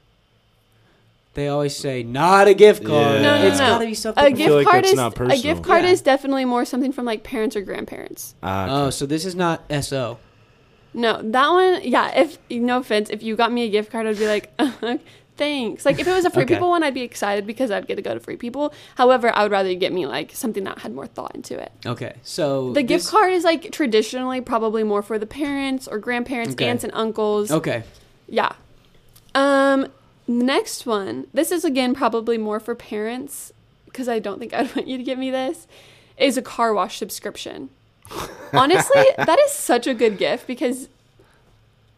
Speaker 2: They always say, not a gift card.
Speaker 3: Yeah. No, no,
Speaker 2: It's
Speaker 1: no.
Speaker 2: gotta be something.
Speaker 1: A
Speaker 3: feel
Speaker 1: gift
Speaker 3: like
Speaker 1: card
Speaker 3: that's
Speaker 1: is
Speaker 3: not
Speaker 1: a
Speaker 3: personal.
Speaker 1: gift card
Speaker 2: Yeah.
Speaker 1: is definitely more something from like parents or grandparents.
Speaker 3: Ah, okay.
Speaker 2: Oh, so this is not SO.
Speaker 1: No, that one, yeah. If no offense, if you got me a gift card, I'd be like, thanks. Like if it was a free
Speaker 2: Okay.
Speaker 1: people one, I'd be excited because I'd get to go to free people. However, I would rather you get me like something that had more thought into it.
Speaker 2: Okay, so
Speaker 1: The gift
Speaker 2: this-
Speaker 1: card is like traditionally probably more for the parents or grandparents,
Speaker 2: Okay.
Speaker 1: aunts and uncles.
Speaker 2: Okay,
Speaker 1: Yeah. Um next one. This is again probably more for parents cuz I don't think I'd want you to give me this. Is a car wash subscription. Honestly, that is such a good gift because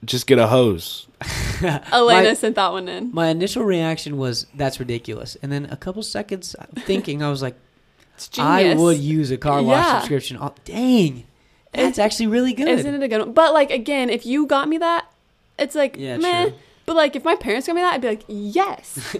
Speaker 3: Just get a hose.
Speaker 1: Elena
Speaker 2: My-
Speaker 1: sent that one in.
Speaker 2: my initial reaction was that's ridiculous, and then a couple seconds thinking, I was like,
Speaker 1: It's genius.
Speaker 2: I would use a car wash
Speaker 1: Yeah.
Speaker 2: subscription. Oh, dang, that's actually really good.
Speaker 1: Isn't it a good one? But like again, if you got me that, it's like
Speaker 2: Yeah,
Speaker 1: meh.
Speaker 2: true.
Speaker 1: But like if my parents got me that, I'd be like, yes.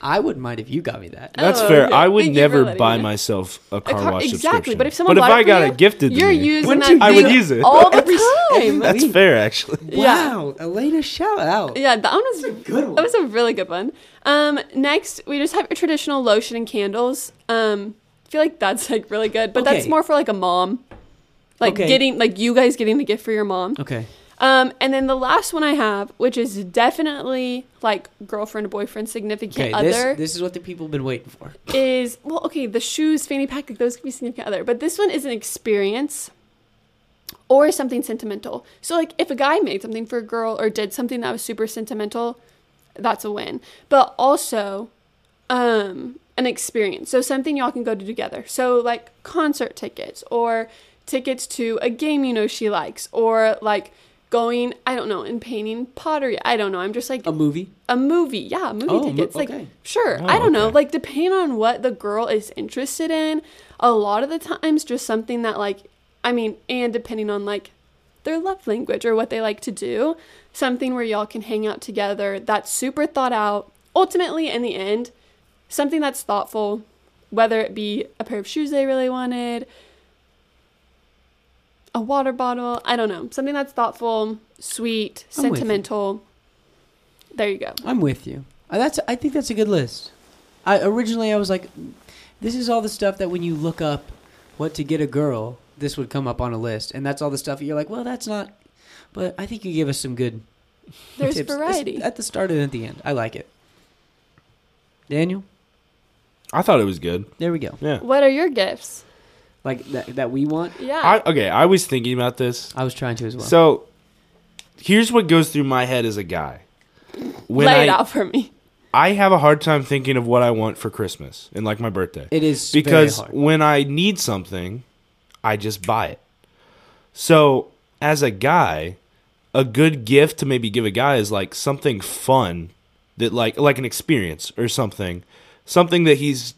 Speaker 2: I wouldn't mind if you got me that.
Speaker 3: That's
Speaker 1: Oh,
Speaker 3: fair.
Speaker 1: okay.
Speaker 3: I would
Speaker 1: Thank you for
Speaker 3: never
Speaker 1: letting
Speaker 3: buy
Speaker 1: me know.
Speaker 3: myself a
Speaker 1: A
Speaker 3: car,
Speaker 1: car-
Speaker 3: wash
Speaker 1: exactly.
Speaker 3: subscription.
Speaker 1: But if someone bought
Speaker 3: I
Speaker 1: it for
Speaker 3: got
Speaker 1: you,
Speaker 3: it gifted, to
Speaker 1: You're
Speaker 3: me,
Speaker 1: using
Speaker 2: Wouldn't
Speaker 1: that
Speaker 2: you
Speaker 3: I would
Speaker 1: thing
Speaker 3: use it.
Speaker 1: all the
Speaker 2: Every-
Speaker 1: time.
Speaker 2: every-
Speaker 3: That's fair, actually.
Speaker 1: Yeah.
Speaker 2: Wow, Elena, shout out.
Speaker 1: Yeah, that one was
Speaker 2: a good one.
Speaker 1: That was a really good one. Um, next we just have your traditional lotion and candles. Um, I feel like that's like really good, but that's
Speaker 2: Okay.
Speaker 1: more for like a mom, like
Speaker 2: Okay.
Speaker 1: getting like you guys getting the gift for your mom.
Speaker 2: Okay.
Speaker 1: Um, and then the last one I have, which is definitely like girlfriend, boyfriend, significant
Speaker 2: Okay.
Speaker 1: other,
Speaker 2: This this is what the people have been waiting for.
Speaker 1: is well, okay, the shoes, fanny pack, like those could be significant other, but this one is an experience or something sentimental. So like if a guy made something for a girl or did something that was super sentimental, that's a win. But also, um, an experience. So something y'all can go to together. So like concert tickets or tickets to a game you know she likes or like going I don't know and painting pottery. I don't know. I'm just like
Speaker 2: A movie.
Speaker 1: a movie. Yeah, movie
Speaker 2: Oh, mo-
Speaker 1: tickets. like
Speaker 2: okay.
Speaker 1: sure.
Speaker 3: Oh,
Speaker 1: I don't know.
Speaker 3: okay.
Speaker 1: Like depending on what the girl is interested in, a lot of the times just something that like I mean, and depending on like their love language or what they like to do, something where y'all can hang out together that's super thought out. Ultimately in the end, something that's thoughtful, whether it be a pair of shoes they really wanted, a water bottle, I don't know, something that's thoughtful, sweet,
Speaker 2: I'm with you.
Speaker 1: sentimental. There you go.
Speaker 2: I'm with you. Uh, That's I think that's a good list. I originally I was like, this is all the stuff that when you look up what to get a girl, this would come up on a list, and that's all the stuff that you're like, well, that's not. But I think you gave us some good
Speaker 1: There's
Speaker 2: tips
Speaker 1: variety.
Speaker 2: at the start and at the end. I like it. Daniel,
Speaker 3: I thought it was good.
Speaker 2: there we go.
Speaker 3: Yeah.
Speaker 1: What are your gifts?
Speaker 2: Like that that we want.
Speaker 1: Yeah.
Speaker 3: I, okay, I was thinking about this.
Speaker 2: I was trying to as well.
Speaker 3: So, here's what goes through my head as a guy. When
Speaker 1: Lay it
Speaker 3: I,
Speaker 1: out for me.
Speaker 3: I have a hard time thinking of what I want for Christmas and like my birthday.
Speaker 2: it is very
Speaker 3: because
Speaker 2: hard.
Speaker 3: when I need something, I just buy it. So, as a guy, a good gift to maybe give a guy is like something fun that like like an experience or something, something that he's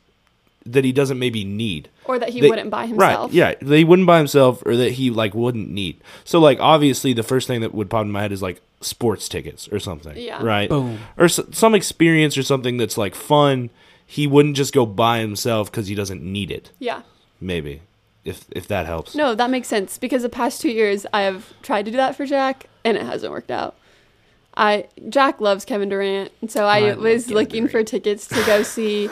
Speaker 3: that he doesn't maybe need.
Speaker 1: Or that he
Speaker 3: They-
Speaker 1: wouldn't buy himself.
Speaker 3: Right. Yeah. That he wouldn't buy himself or that he like wouldn't need. So like obviously the first thing that would pop in my head is like sports tickets or something.
Speaker 1: Yeah.
Speaker 3: Right.
Speaker 2: Boom.
Speaker 3: Or s- some experience or something that's like fun. He wouldn't just go buy himself because he doesn't need it.
Speaker 1: Yeah.
Speaker 3: Maybe. If if that helps.
Speaker 1: No, that makes sense because the past two years I have tried to do that for Jack and it hasn't worked out. I Jack loves Kevin Durant, and so I,
Speaker 2: I love
Speaker 1: was
Speaker 2: Kevin
Speaker 1: looking for
Speaker 2: Durant.
Speaker 1: tickets to go see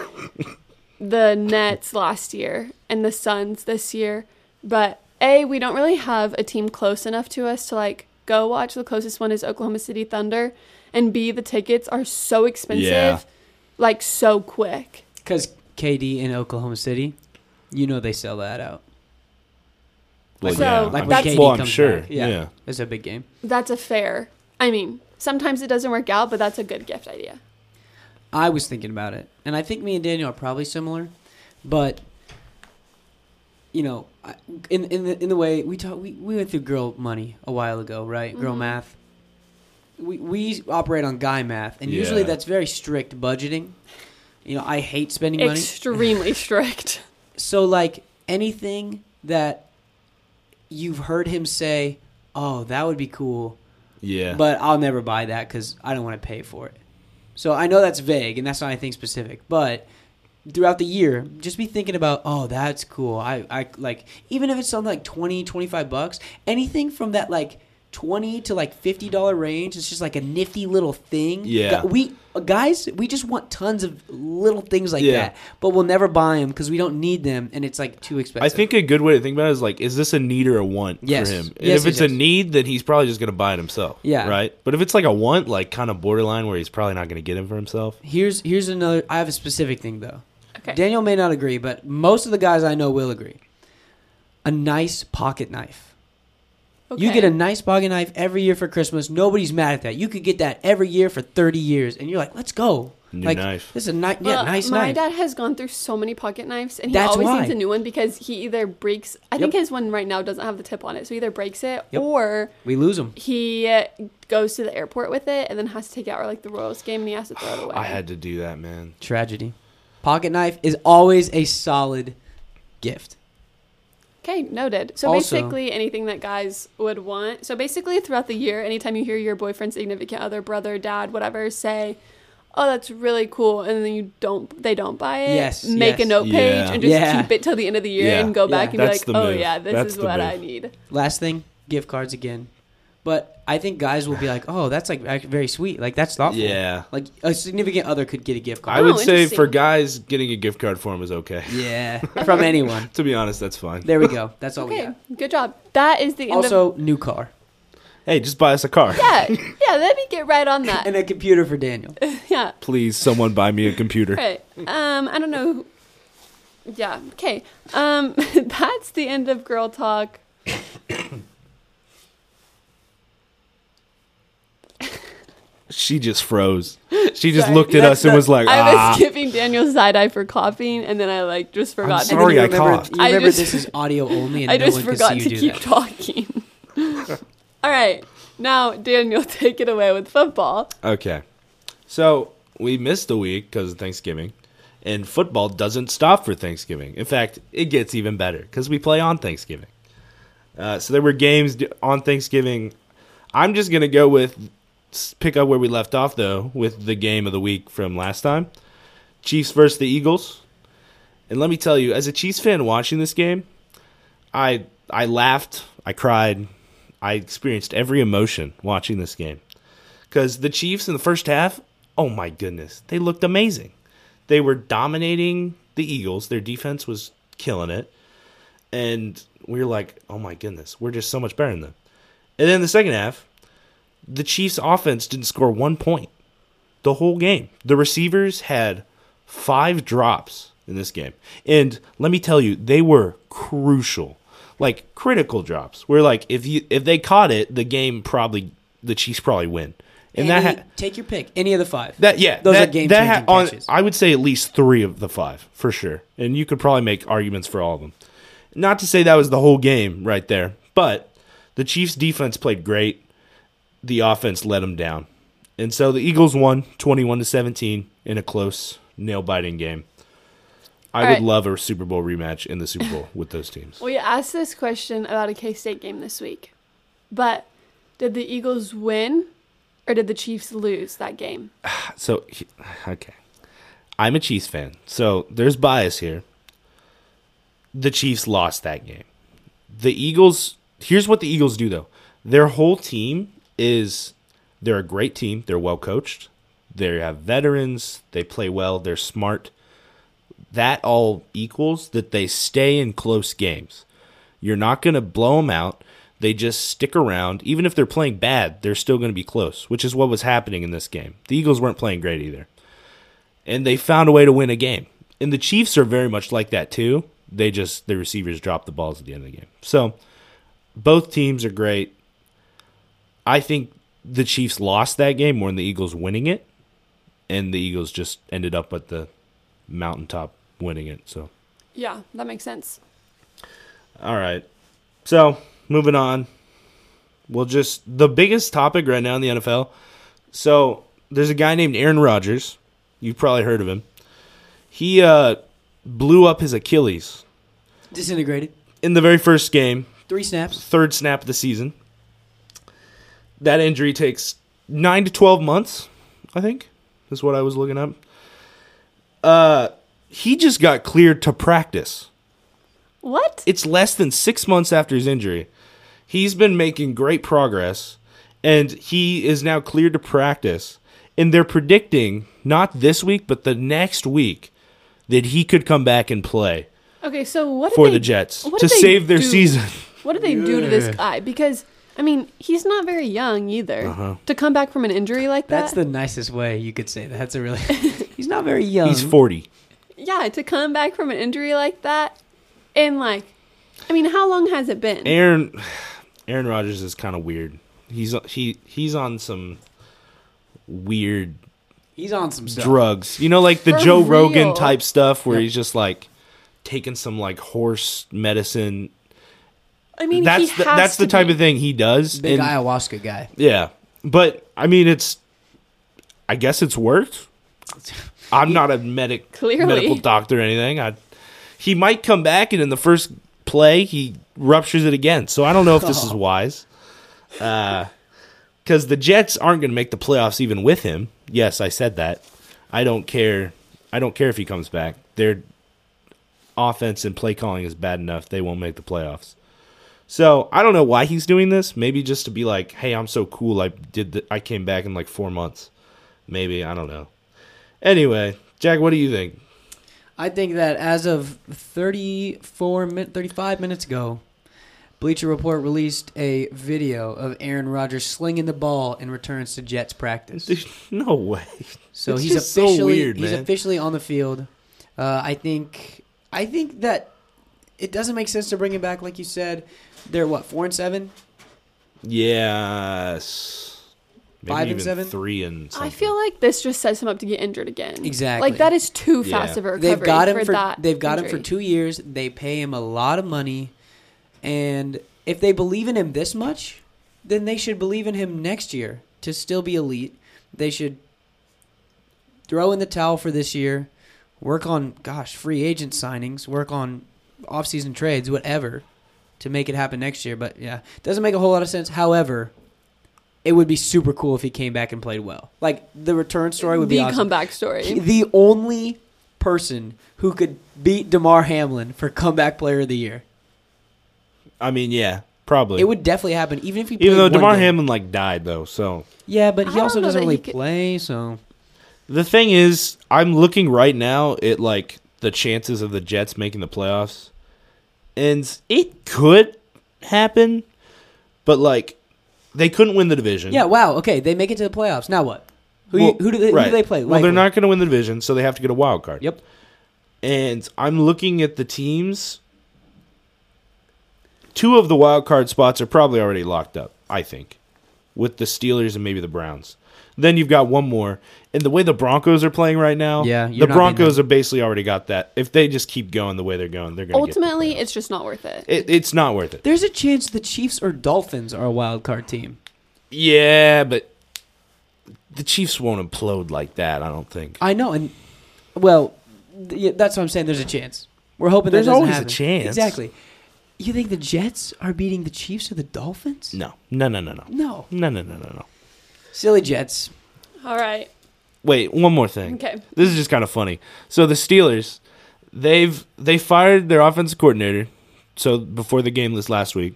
Speaker 1: the Nets last year and the Suns this year. But A, we don't really have a team close enough to us to like go watch. The closest one is Oklahoma City Thunder. And B, the tickets are so expensive,
Speaker 3: Yeah.
Speaker 1: like so quick.
Speaker 2: Because KD in Oklahoma City, you know they sell that out.
Speaker 3: Well,
Speaker 1: So,
Speaker 3: yeah.
Speaker 1: like
Speaker 3: I'm,
Speaker 1: when
Speaker 3: sure-
Speaker 1: KD
Speaker 3: well, I'm
Speaker 2: comes
Speaker 3: sure.
Speaker 2: back, yeah.
Speaker 3: Yeah.
Speaker 2: It's a big game.
Speaker 1: That's a fair. I mean, sometimes it doesn't work out, but that's a good gift idea.
Speaker 2: I was thinking about it, and I think me and Daniel are probably similar, but you know, I- in in the in the way we talk, we, we went through girl money a while ago, right? Girl math. We we operate on guy math, and usually
Speaker 3: Yeah.
Speaker 2: that's very strict budgeting. You know, I hate spending money.
Speaker 1: Extremely strict.
Speaker 2: So like anything that you've heard him say, "Oh, that would be cool,"
Speaker 3: Yeah.
Speaker 2: but I'll never buy that because I don't want to pay for it. So I know that's vague and that's not anything specific, but throughout the year, just be thinking about, oh, that's cool. I, I like, even if it's something like 20, 25 bucks, anything from that like twenty to like fifty dollar range. It's just like a nifty little thing.
Speaker 3: Yeah.
Speaker 2: Gu- we guys, we just want tons of little things like
Speaker 3: Yeah.
Speaker 2: that, but we'll never buy them because we don't need them, and it's like too expensive.
Speaker 3: I think a good way to think about it is like, is this a need or a want
Speaker 2: Yes.
Speaker 3: for him? And
Speaker 2: Yes,
Speaker 3: if it's
Speaker 2: yes,
Speaker 3: a
Speaker 2: yes.
Speaker 3: need, then he's probably just gonna buy it himself.
Speaker 2: Yeah.
Speaker 3: Right. But if it's like a want, like kind of borderline, where he's probably not gonna get him for himself.
Speaker 2: here's here's another. I have a specific thing though.
Speaker 1: Okay.
Speaker 2: Daniel may not agree, but most of the guys I know will agree. A nice pocket knife. You get a nice pocket knife every year for Christmas. Nobody's mad at that. You could get that every year for 30 years, and you're like, let's go.
Speaker 3: New
Speaker 2: like,
Speaker 3: knife.
Speaker 2: This is a ni- yeah,
Speaker 1: Well,
Speaker 2: nice
Speaker 1: my
Speaker 2: knife.
Speaker 1: dad has gone through so many pocket knives, and he
Speaker 2: That's
Speaker 1: always
Speaker 2: why.
Speaker 1: needs a new one because he either breaks. I think his one right now doesn't have the tip on it, so he either breaks it
Speaker 2: Yep.
Speaker 1: or
Speaker 2: we lose him.
Speaker 1: he uh, goes to the airport with it and then has to take it out or like the Royals game and he has to throw it away.
Speaker 3: I had to do that, man.
Speaker 2: Tragedy. Pocket knife is always a solid gift.
Speaker 1: Okay, noted. So
Speaker 2: Also-
Speaker 1: basically, anything that guys would want. So basically, throughout the year, anytime you hear your boyfriend, significant other, brother, dad, whatever, say, "Oh, that's really cool," and then you don't, they don't buy it.
Speaker 2: Yes,
Speaker 1: Make
Speaker 2: yes.
Speaker 1: a note
Speaker 3: Yeah.
Speaker 1: page and just
Speaker 2: Yeah.
Speaker 1: keep it till the end of the year
Speaker 3: Yeah.
Speaker 1: and go back
Speaker 2: Yeah.
Speaker 1: and
Speaker 3: That's
Speaker 1: be
Speaker 3: the
Speaker 1: like, "Oh
Speaker 3: move.
Speaker 1: yeah, this
Speaker 3: That's
Speaker 1: is
Speaker 3: the
Speaker 1: what
Speaker 3: move.
Speaker 1: I need."
Speaker 2: Last thing, gift cards again. But I think guys will be like, oh, that's like act- very sweet. Like, that's thoughtful.
Speaker 3: Yeah.
Speaker 2: Like, a significant other could get a gift
Speaker 3: I
Speaker 2: card.
Speaker 3: would
Speaker 1: Oh,
Speaker 3: say for
Speaker 1: interesting.
Speaker 3: guys, getting a gift card for him is okay.
Speaker 2: yeah. From anyone.
Speaker 3: to be honest, that's fine.
Speaker 2: There we go. That's all we
Speaker 1: Okay,
Speaker 2: got.
Speaker 1: good job. That is the end of.
Speaker 2: Oh, Also, new car.
Speaker 3: Hey, just buy us a car.
Speaker 1: Yeah, yeah. Let me get right on that.
Speaker 2: And a computer for Daniel.
Speaker 1: yeah.
Speaker 3: Please, someone buy me a computer.
Speaker 1: Right. Um, I don't know. who- Yeah. Okay. Um, that's the end of girl talk.
Speaker 3: She just froze. She just
Speaker 1: Sorry.
Speaker 3: looked at
Speaker 2: That's
Speaker 3: us and
Speaker 2: not-
Speaker 3: was like,
Speaker 1: I
Speaker 3: ah.
Speaker 1: was giving Daniel side eye for coughing, and then I like just forgot.
Speaker 3: sorry.
Speaker 2: you
Speaker 3: I
Speaker 2: remember,
Speaker 3: coughed.
Speaker 2: You
Speaker 1: I
Speaker 2: remember
Speaker 1: just-
Speaker 2: this is audio only, and
Speaker 1: I
Speaker 2: no
Speaker 1: just
Speaker 2: one
Speaker 1: forgot
Speaker 2: can
Speaker 1: to
Speaker 2: see you do
Speaker 1: keep
Speaker 2: that.
Speaker 1: talking. All right, now Daniel, take it away with football.
Speaker 3: Okay. So we missed a week because of Thanksgiving, and football doesn't stop for Thanksgiving. In fact, it gets even better because we play on Thanksgiving. Uh, so there were games d- on Thanksgiving. I'm just going to go with s- pick up where we left off, though, with the game of the week from last time Chiefs versus the Eagles. And let me tell you, as a Chiefs fan watching this game, I I laughed, I cried, I experienced every emotion watching this game because the Chiefs in the first half, oh my goodness, they looked amazing. They were dominating the Eagles. Their defense was killing it, and we were like, oh my goodness, we're just so much better than them. And then the second half, the Chiefs' offense didn't score one point the whole game. The receivers had five drops in this game. And let me tell you, they were crucial. Like critical drops. Where like if you if they caught it, the game probably the Chiefs probably win. And that
Speaker 2: Any-
Speaker 3: ha-
Speaker 2: take your pick. Any of the five.
Speaker 3: that yeah,
Speaker 2: Those
Speaker 3: that,
Speaker 2: are game
Speaker 3: that ha-
Speaker 2: changing
Speaker 3: on-
Speaker 2: pitches.
Speaker 3: I would say at least three of the five for sure, and you could probably make arguments for all of them. Not to say that was the whole game right there, but the Chiefs' defense played great. The offense let them down, and so the Eagles won twenty-one to seventeen in a close, nail-biting game. I
Speaker 1: All
Speaker 3: would
Speaker 1: right.
Speaker 3: love a Super Bowl rematch in the Super Bowl with those teams.
Speaker 1: We asked this question about a K State game this week, but did the Eagles win or did the Chiefs lose that game?
Speaker 3: So, he- okay. I'm a Chiefs fan, so there's bias here. The Chiefs lost that game. The Eagles, here's what the Eagles do, though. Their whole team is, they're a great team. They're well coached. They have veterans. They play well. They're smart. That all equals that they stay in close games. You're not going to blow them out. They just stick around. Even if they're playing bad, they're still going to be close, which is what was happening in this game. The Eagles weren't playing great either. And they found a way to win a game. And the Chiefs are very much like that too. They just the receivers drop the balls at the end of the game. So both teams are great. I think the Chiefs lost that game more than the Eagles winning it. And the Eagles just ended up at the mountaintop winning it. So
Speaker 1: Yeah, that makes sense.
Speaker 3: all right. So moving on. We'll just the biggest topic right now in the NFL. So there's a guy named Aaron Rodgers. You've probably heard of him. He uh, blew up his Achilles
Speaker 2: Disintegrated.
Speaker 3: in the very first game,
Speaker 2: Three snaps.
Speaker 3: third snap of the season. That injury takes nine to twelve months, I think, is what I was looking up. Uh, he just got cleared to practice.
Speaker 1: What?
Speaker 3: It's less than six months after his injury. He's been making great progress, and he is now cleared to practice. And they're predicting not this week, but the next week that he could come back and play
Speaker 1: Okay, so what did
Speaker 3: for
Speaker 1: they-
Speaker 3: the Jets
Speaker 1: what
Speaker 3: to
Speaker 1: did they
Speaker 3: save their
Speaker 1: do-
Speaker 3: season.
Speaker 1: What did they do to this
Speaker 2: Yeah.
Speaker 1: guy? Because I mean, he's not very young either.
Speaker 3: Uh-huh.
Speaker 1: To come back from an injury like that.
Speaker 2: That's the nicest way you could say that. That's a really. he's not very young.
Speaker 1: Um,
Speaker 3: He's 40.
Speaker 1: yeah, to come back from an injury like that, and like, I mean, how long has it been?
Speaker 3: Aaron Aaron Rodgers is kind of weird. He's he he's on some weird
Speaker 2: He's on some stuff.
Speaker 3: drugs. You know, like the
Speaker 1: For
Speaker 3: Joe
Speaker 1: real.
Speaker 3: Rogan type stuff where he's just like taking some like horse medicine.
Speaker 1: I mean, he
Speaker 3: that's the,
Speaker 1: has
Speaker 3: that's the
Speaker 1: to
Speaker 3: type
Speaker 1: be.
Speaker 3: of thing he does.
Speaker 2: Big
Speaker 3: and-
Speaker 2: ayahuasca guy.
Speaker 3: yeah, but I mean, it's I guess it's worked. I'm not a medic
Speaker 1: Clearly.
Speaker 3: medical doctor or anything. I he might come back and in the first play he ruptures it again. So I don't know if this is wise. Because the Jets aren't going to make the playoffs even with him. Yes, I said that. I don't care. I don't care if he comes back. Their offense and play calling is bad enough. They won't make the playoffs. So I don't know why he's doing this. Maybe just to be like, "Hey, I'm so cool. I did. The, I came back in like four months. Maybe I don't know." Anyway, Jack, what do you think?
Speaker 2: I think that as of 34 min- 35 minutes ago, Bleacher Report released a video of Aaron Rodgers slinging the ball in returns to Jets practice.
Speaker 3: Dude, no way.
Speaker 2: So
Speaker 3: It's
Speaker 2: he's
Speaker 3: just so
Speaker 2: officially
Speaker 3: weird,
Speaker 2: he's
Speaker 3: man.
Speaker 2: officially on the field. Uh, I think I think that it doesn't make sense to bring him back, like you said. They're what four and seven.
Speaker 3: Yes.
Speaker 2: Five and seven?
Speaker 3: Three and. Something.
Speaker 1: I feel like this just sets him up to get injured again.
Speaker 2: Exactly.
Speaker 1: Like that is too fast
Speaker 3: Yeah.
Speaker 1: of a recovery.
Speaker 2: They've got him for,
Speaker 1: that.
Speaker 2: they've got him
Speaker 1: injury.
Speaker 2: for two years. They pay him a lot of money, and if they believe in him this much, then they should believe in him next year to still be elite. They should throw in the towel for this year, work on gosh free agent signings, work on offseason trades, whatever, to make it happen next year. But yeah, doesn't make a whole lot of sense. However. It would be super cool if he came back and played well. Like the return story would
Speaker 1: the
Speaker 2: be awesome.
Speaker 1: comeback story.
Speaker 2: He- the only person who could beat DeMar Hamlin for comeback player of the year.
Speaker 3: I mean, yeah, probably.
Speaker 2: It would definitely happen, even if he.
Speaker 3: Even
Speaker 2: played
Speaker 3: though
Speaker 2: one
Speaker 3: Demar
Speaker 2: game.
Speaker 3: Hamlin like died though, so
Speaker 2: Yeah, but
Speaker 1: I
Speaker 2: he
Speaker 1: don't
Speaker 2: also
Speaker 1: know
Speaker 2: doesn't
Speaker 1: that he
Speaker 2: really
Speaker 1: could-
Speaker 2: play. So
Speaker 3: the thing is, I'm looking right now at like the chances of the Jets making the playoffs, and it could happen, but like they couldn't win the division.
Speaker 2: yeah, wow. Okay, they make it to the playoffs. Now what? Who
Speaker 3: Well,
Speaker 2: who do they
Speaker 3: right.
Speaker 2: who do they play?
Speaker 3: Well, they're
Speaker 2: Likely.
Speaker 3: not going to win the division, so they have to get a wild card.
Speaker 2: Yep.
Speaker 3: and I'm looking at the teams. Two of the wild card spots are probably already locked up, I think, with the Steelers and maybe the Browns. Then you've got one more, and the way the Broncos are playing right now,
Speaker 2: Yeah,
Speaker 3: the
Speaker 2: you're not being
Speaker 3: Broncos are basically already got that. If they just keep going the way they're going, they're going.
Speaker 1: Ultimately, it's just not worth it.
Speaker 3: it, it's not worth it.
Speaker 2: There's a chance the Chiefs or Dolphins are a wild card team.
Speaker 3: Yeah, but the Chiefs won't implode like that. I don't think.
Speaker 2: I know, and well, th- yeah, that's what I'm saying. There's a chance. We're hoping that
Speaker 3: There's
Speaker 2: doesn't
Speaker 3: always a
Speaker 2: happen.
Speaker 3: chance.
Speaker 2: Exactly. You think the Jets are beating the Chiefs or the Dolphins?
Speaker 3: No, no, no, no, no,
Speaker 2: No.
Speaker 3: no, no, no, no, no.
Speaker 2: Silly Jets.
Speaker 1: All right.
Speaker 3: Wait, one more thing.
Speaker 1: Okay.
Speaker 3: This is just kind of funny. So the Steelers, they've they fired their offensive coordinator. So before the game this last week,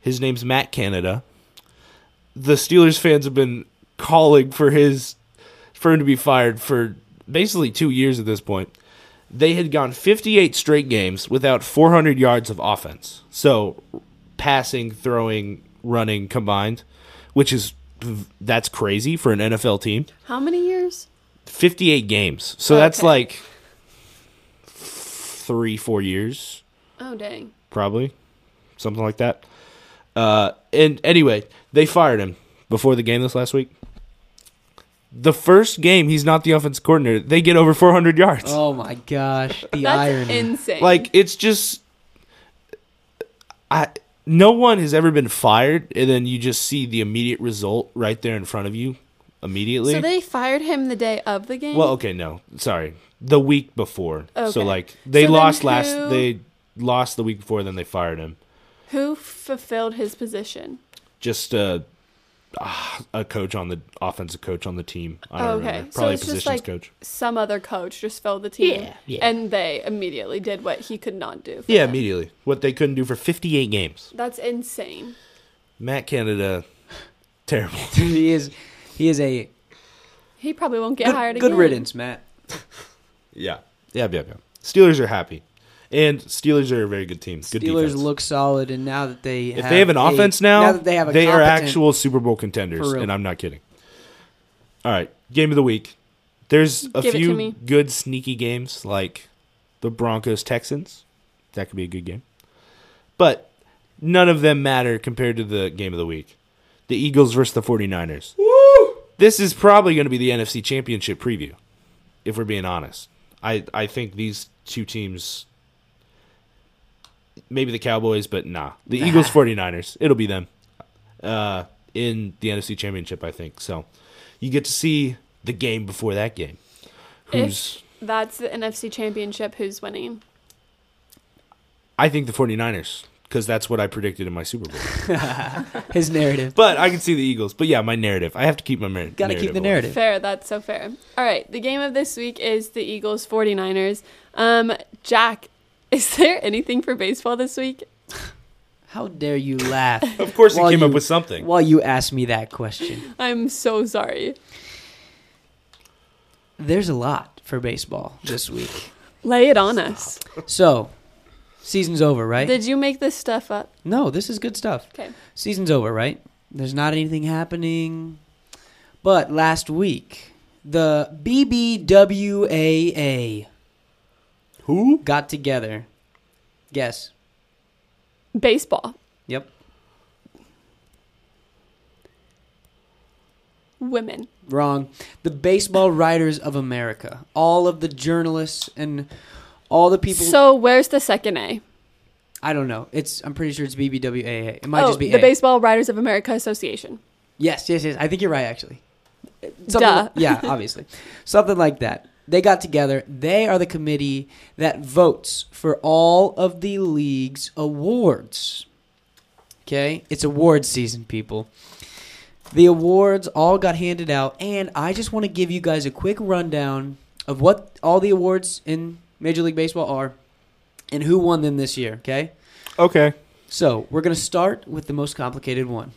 Speaker 3: his name's Matt Canada. The Steelers fans have been calling for his for him to be fired for basically two years at this point. They had gone 58 straight games without 400 yards of offense. So passing, throwing, running combined, which is that's crazy for an NFL team.
Speaker 1: How many years?
Speaker 3: 58 games. So
Speaker 1: Okay.
Speaker 3: that's like three, four years,
Speaker 1: Oh dang.
Speaker 3: probably. Something like that. Uh, and anyway, they fired him before the game this last week. The first game, he's not the offense coordinator. They get over 400 yards.
Speaker 2: Oh my gosh, the
Speaker 1: That's
Speaker 2: irony.
Speaker 1: insane.
Speaker 3: Like, it's just. I. No one has ever been fired, and then you just see the immediate result right there in front of you immediately.
Speaker 1: so they fired him the day of the game.
Speaker 3: Well, okay, no, sorry, the week before.
Speaker 1: Okay.
Speaker 3: So like they
Speaker 1: So
Speaker 3: lost
Speaker 1: then
Speaker 3: last,
Speaker 1: who-
Speaker 3: they lost the week before. Then they fired him.
Speaker 1: Who fulfilled his position?
Speaker 3: Just uh, ah, a coach on the offensive coach on the team. I don't
Speaker 1: Okay,
Speaker 3: remember.
Speaker 1: so
Speaker 3: Probably
Speaker 1: it's just,
Speaker 3: positions
Speaker 1: like,
Speaker 3: coach.
Speaker 1: Some other coach just filled the team,
Speaker 2: Yeah, yeah.
Speaker 1: and they immediately did what he could not do. For
Speaker 3: Yeah,
Speaker 1: them.
Speaker 3: immediately. What they couldn't do for 58 games.
Speaker 1: That's insane.
Speaker 3: Matt Canada, terrible.
Speaker 2: he is he is a
Speaker 1: He probably won't get hired
Speaker 2: good,
Speaker 1: again.
Speaker 2: good riddance, Matt.
Speaker 3: Yeah. Yeah, yeah, yeah. Steelers are happy. And Steelers are a very good team. Good
Speaker 2: Steelers
Speaker 3: defense.
Speaker 2: look solid, and now that they
Speaker 3: if they have an
Speaker 2: a-
Speaker 3: offense now,
Speaker 2: that they have a
Speaker 3: are
Speaker 2: competent-
Speaker 3: actual Super Bowl contenders,
Speaker 2: For real.
Speaker 3: and I'm not kidding. All right, game of the week. There's a
Speaker 1: Give it to
Speaker 3: few
Speaker 1: me.
Speaker 3: good sneaky games like the Broncos Texans. That could be a good game, but none of them matter compared to the game of the week. The Eagles versus the 49ers. Woo! This is probably going to be the NFC Championship preview, if we're being honest. I I think these two teams maybe the Cowboys, but nah. The
Speaker 2: Nah.
Speaker 3: Eagles 49ers. It'll be them. Uh in the NFC Championship, I think. So you get to see the game before that game.
Speaker 2: Eh.
Speaker 3: Who's
Speaker 1: If that's the NFC Championship, who's winning?
Speaker 3: I think the 49ers because that's what I predicted in my Super Bowl.
Speaker 2: his narrative.
Speaker 3: but I can see the Eagles. But yeah, my narrative. I have to keep my mar-
Speaker 2: Got to keep the
Speaker 3: alive.
Speaker 2: narrative.
Speaker 1: Fair, that's so fair. All right, the game of this week is the Eagles 49ers. Um, Jack, is there anything for baseball this week?
Speaker 2: How dare you laugh
Speaker 3: Of course, he
Speaker 2: While
Speaker 3: came up
Speaker 2: you-
Speaker 3: with something.
Speaker 2: while you ask me that question?
Speaker 1: I'm so sorry.
Speaker 2: There's a lot for baseball this week.
Speaker 1: Lay it on us.
Speaker 2: So, season's over, right?
Speaker 1: Did you make this stuff up?
Speaker 2: no, this is good stuff.
Speaker 1: Okay.
Speaker 2: Season's over, right? There's not anything happening. But last week, the BBWAA
Speaker 3: Who?
Speaker 2: got together. Guess.
Speaker 1: Baseball.
Speaker 2: Yep.
Speaker 1: Women.
Speaker 2: Wrong. The Baseball Writers of America. All of the journalists and all the people.
Speaker 1: So where's the second A?
Speaker 2: I don't know. It's. I'm pretty sure it's BBWAA. It might
Speaker 1: oh,
Speaker 2: just be
Speaker 1: the
Speaker 2: A.
Speaker 1: Baseball Writers of America Association.
Speaker 2: Yes, yes, yes. I think you're right, actually.
Speaker 1: Duh.
Speaker 2: yeah, obviously. Something like that. They got together. They are the committee that votes for all of the league's awards. Okay? It's award season, people. The awards all got handed out, and I just want to give you guys a quick rundown of what all the awards in Major League Baseball are and who won them this year, okay?
Speaker 3: Okay.
Speaker 2: So, we're going to start with the most complicated one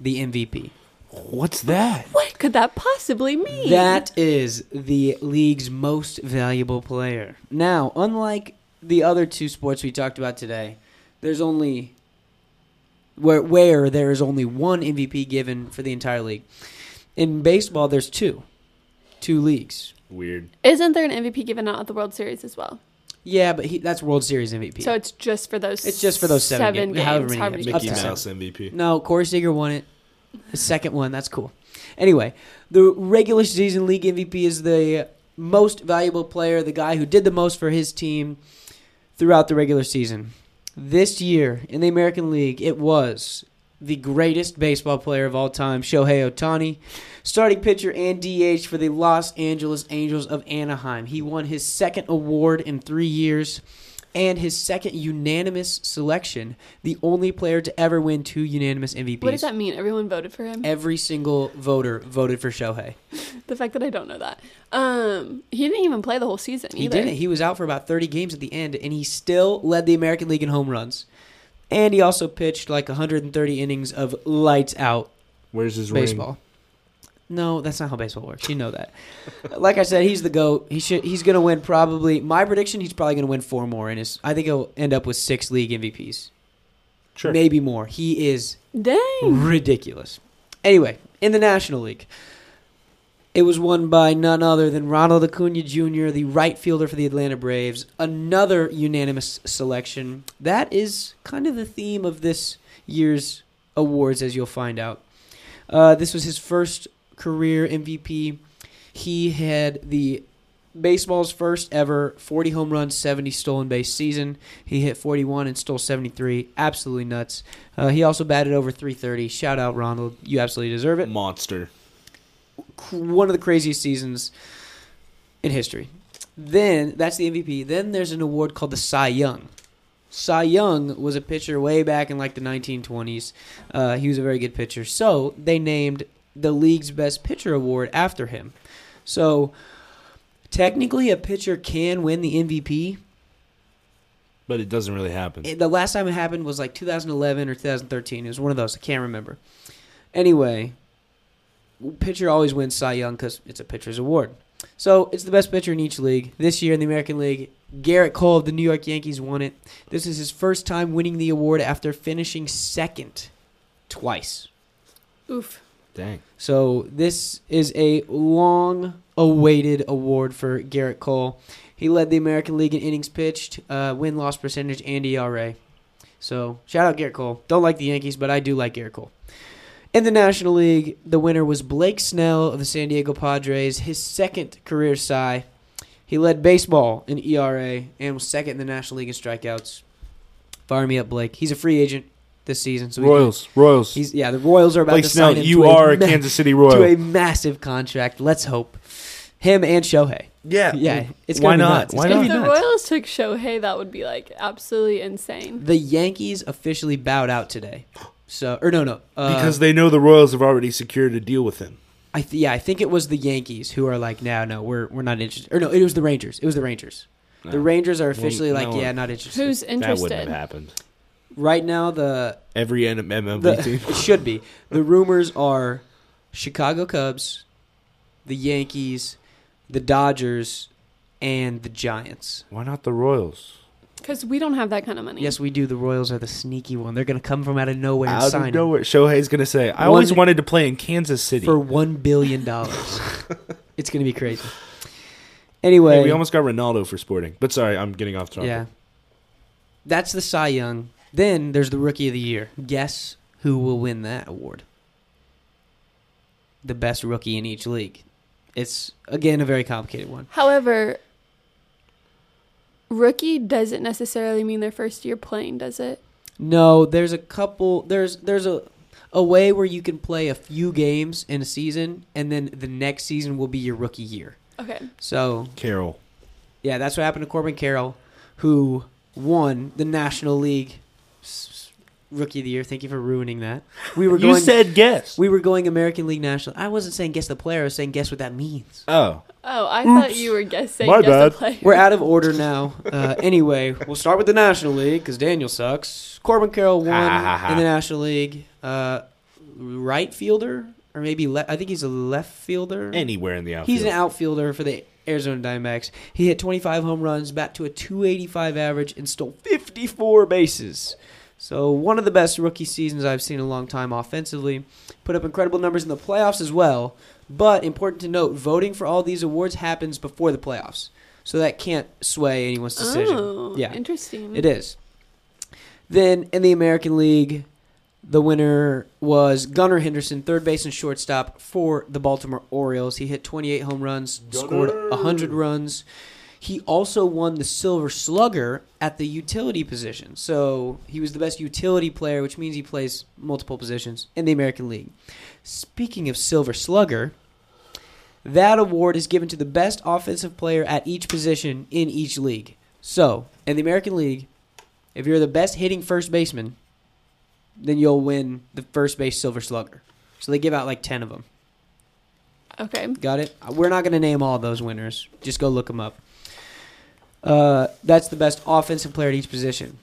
Speaker 2: the MVP.
Speaker 3: What's that?
Speaker 1: What could that possibly mean?
Speaker 2: That is the league's most valuable player. Now, unlike the other two sports we talked about today, there's only where where there is only one MVP given for the entire league. In baseball, there's two, two leagues.
Speaker 3: Weird.
Speaker 1: Isn't there an MVP given out at the World Series as well?
Speaker 2: Yeah, but he, that's World Series MVP.
Speaker 1: So it's just for those.
Speaker 2: It's just for those seven
Speaker 1: games.
Speaker 2: games, however many games.
Speaker 3: Mickey
Speaker 2: Up to
Speaker 3: Mouse MVP.
Speaker 2: No, Corey Seager won it. The second one, that's cool. Anyway, the regular season league MVP is the most valuable player, the guy who did the most for his team throughout the regular season. This year in the American League, it was the greatest baseball player of all time, Shohei Otani, starting pitcher and DH for the Los Angeles Angels of Anaheim. He won his second award in three years and his second unanimous selection, the only player to ever win two unanimous MVPs.
Speaker 1: What does that mean? Everyone voted for him.
Speaker 2: Every single voter voted for Shohei.
Speaker 1: The fact that I don't know that. Um, he didn't even play the whole season.
Speaker 2: He
Speaker 1: either.
Speaker 2: didn't. He was out for about 30 games at the end, and he still led the American League in home runs. And he also pitched like 130 innings of lights out
Speaker 3: Where's his
Speaker 2: baseball. No, that's not how baseball works. You know that. like I said, he's the goat. He should. He's gonna win probably. My prediction: he's probably gonna win four more, and his. I think he'll end up with six league MVPs,
Speaker 3: Sure.
Speaker 2: maybe more. He is
Speaker 1: Dang.
Speaker 2: ridiculous. Anyway, in the National League, it was won by none other than Ronald Acuna Jr., the right fielder for the Atlanta Braves. Another unanimous selection. That is kind of the theme of this year's awards, as you'll find out. Uh, this was his first career MVP. He had the baseball's first ever 40 home runs, 70 stolen base season. He hit 41 and stole 73. Absolutely nuts. Uh, he also batted over 330. Shout out, Ronald. You absolutely deserve it.
Speaker 3: Monster.
Speaker 2: Cr- One of the craziest seasons in history. Then, that's the MVP. Then there's an award called the Cy Young. Cy Young was a pitcher way back in like the 1920s. Uh, he was a very good pitcher. So they named the league's best pitcher award after him. So technically, a pitcher can win the MVP,
Speaker 3: but it doesn't really happen.
Speaker 2: It- the last time it happened was like 2011 or 2013. It was one of those. I can't remember. Anyway, pitcher always wins Cy Young because it's a pitcher's award. So it's the best pitcher in each league. This year in the American League, Garrett Cole of the New York Yankees won it. This is his first time winning the award after finishing second twice.
Speaker 1: Oof.
Speaker 3: Dang.
Speaker 2: So this is a long awaited award for Garrett Cole. He led the American League in innings pitched, uh, win loss percentage, and ERA. So shout out Garrett Cole. Don't like the Yankees, but I do like Garrett Cole. In the National League, the winner was Blake Snell of the San Diego Padres, his second career Cy. He led baseball in ERA and was second in the National League in strikeouts. Fire me up, Blake. He's a free agent this season. So he can-
Speaker 3: Royals, Royals.
Speaker 2: He's yeah. The Royals are about
Speaker 3: Blake
Speaker 2: to
Speaker 3: Snell,
Speaker 2: sign him
Speaker 3: you
Speaker 2: to
Speaker 3: are a
Speaker 2: ma-
Speaker 3: Kansas City
Speaker 2: to
Speaker 3: Royal.
Speaker 2: a massive contract. Let's hope him and Shohei.
Speaker 3: yeah,
Speaker 2: Yeah, it's
Speaker 3: Why
Speaker 2: gonna
Speaker 3: not?
Speaker 2: Be nuts. It's
Speaker 3: Why
Speaker 1: if
Speaker 2: gonna
Speaker 3: not?
Speaker 2: be
Speaker 1: the
Speaker 2: nuts.
Speaker 1: Royals took Shohei, that would be like absolutely insane.
Speaker 2: The Yankees officially bowed out today. So or no no uh,
Speaker 3: because they know the Royals have already secured a deal with him.
Speaker 2: I th- yeah I think it was the Yankees who are like no no we're we're not interested or no it was the Rangers it was the Rangers the Rangers are officially
Speaker 3: Well,
Speaker 2: like
Speaker 3: no.
Speaker 2: yeah not interested
Speaker 1: Who's
Speaker 3: That wouldn't have
Speaker 1: interested?
Speaker 3: happened.
Speaker 2: right now the
Speaker 3: Every N- MLB
Speaker 2: the
Speaker 3: team.
Speaker 2: it should be the rumors are Chicago Cubs, the Yankees, the Dodgers, and the Giants.
Speaker 3: Why not the Royals?
Speaker 1: Because we don't have that kind of money.
Speaker 2: Yes, we do. The Royals are the sneaky one. They're going to come from out of nowhere and
Speaker 3: Out
Speaker 2: sign
Speaker 3: of
Speaker 2: him
Speaker 3: nowhere, Shohei's gonna say, "I
Speaker 2: One-
Speaker 3: always wanted to play in Kansas City."
Speaker 2: for one billion dollars. it's going to be crazy.
Speaker 3: Hey,
Speaker 2: Anyway,
Speaker 3: we almost got Ronaldo for Sporting, but sorry, I'm getting off topic.
Speaker 2: yeah, that's the Cy Young. Then there's the Rookie of the Year. Guess who will win that award? The best rookie in each league. It's again a very complicated one.
Speaker 1: However, rookie doesn't necessarily mean their first year playing, does it?
Speaker 2: No, there's a couple. There's there's a a way where you can play a few games in a season, and then the next season will be your rookie year.
Speaker 1: Okay.
Speaker 2: So
Speaker 3: Carroll.
Speaker 2: Yeah, that's what happened to Corbin Carroll, who won the National League s- s- Rookie of the Year. Thank you for ruining that. We were going.
Speaker 3: guess.
Speaker 2: we were going American League National. I wasn't saying guess the player. I was saying guess what that means.
Speaker 3: oh,
Speaker 1: Oh, I thought
Speaker 3: Oops.
Speaker 1: you were guessing.
Speaker 3: My
Speaker 1: guess
Speaker 3: bad.
Speaker 1: A player.
Speaker 2: We're out of order now. Uh, anyway, we'll start with the National League because Daniel sucks. Corbin Carroll won
Speaker 3: Ha, ha, ha.
Speaker 2: in the National League. Uh, right fielder or maybe le- I think he's a left fielder.
Speaker 3: anywhere in the outfield.
Speaker 2: He's an outfielder for the Arizona Diamondbacks. He hit 25 home runs, bat to a 285 average, and stole 54 bases. So one of the best rookie seasons I've seen in a long time offensively. Put up incredible numbers in the playoffs as well. But important to note, voting for all these awards happens before the playoffs, so that can't sway anyone's decision.
Speaker 1: Oh,
Speaker 2: yeah,
Speaker 1: interesting.
Speaker 2: it is. Then in the American League, the winner was Gunnar Henderson, third base and shortstop for the Baltimore Orioles. He hit 28 home runs, scored scored 100 runs. He also won the Silver Slugger at the utility position. So he was the best utility player, which means he plays multiple positions in the American League. Speaking of Silver Slugger, that award is given to the best offensive player at each position in each league. So, in the American League, if you're the best hitting first baseman, then you'll win the first base Silver Slugger. So they give out like 10 of them.
Speaker 1: Okay.
Speaker 2: Got it? Uh, We're not going to name all those winners. Just go look them up. Uh, that's the best offensive player at each position.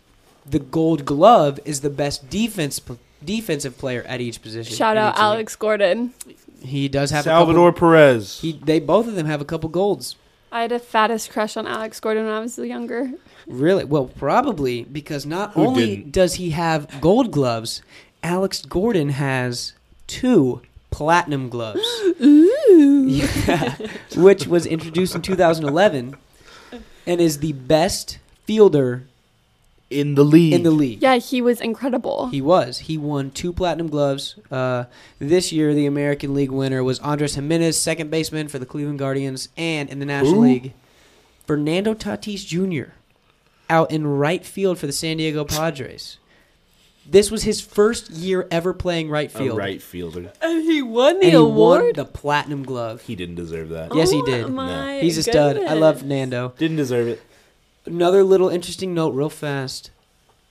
Speaker 2: The Gold Glove is the best defense defensive player at each position.
Speaker 1: Shout
Speaker 2: in
Speaker 1: out
Speaker 2: each league.
Speaker 1: Alex Gordon.
Speaker 2: He does have A
Speaker 3: Salvador
Speaker 2: couple,
Speaker 3: Perez.
Speaker 2: he they both of them have a couple golds.
Speaker 1: I had a fattest crush on Alex Gordon when I was younger.
Speaker 2: Really? Well, probably because not
Speaker 3: Who
Speaker 2: only
Speaker 3: didn't?
Speaker 2: does he have gold gloves, Alex Gordon has two platinum gloves. Yeah, which was introduced in 2011 and is the best fielder
Speaker 3: in the league.
Speaker 2: in the league.
Speaker 1: Yeah, he was incredible.
Speaker 2: He was. He won two platinum gloves. Uh, this year, the American League winner was Andres Jimenez, second baseman for the Cleveland Guardians, and in the National
Speaker 3: Who?
Speaker 2: League, Fernando Tatis Jr. out in right field for the San Diego Padres. This was his first year ever playing right
Speaker 3: A
Speaker 2: field.
Speaker 3: Oh, right fielder.
Speaker 1: and he won
Speaker 2: and
Speaker 1: the
Speaker 2: he won
Speaker 1: award. Oh
Speaker 2: the platinum glove.
Speaker 3: He didn't deserve that.
Speaker 2: Yes, he did.
Speaker 1: my
Speaker 2: He's a stud. I love
Speaker 1: goodness.
Speaker 2: Fernando.
Speaker 3: Didn't deserve it.
Speaker 2: Another little interesting note, real fast.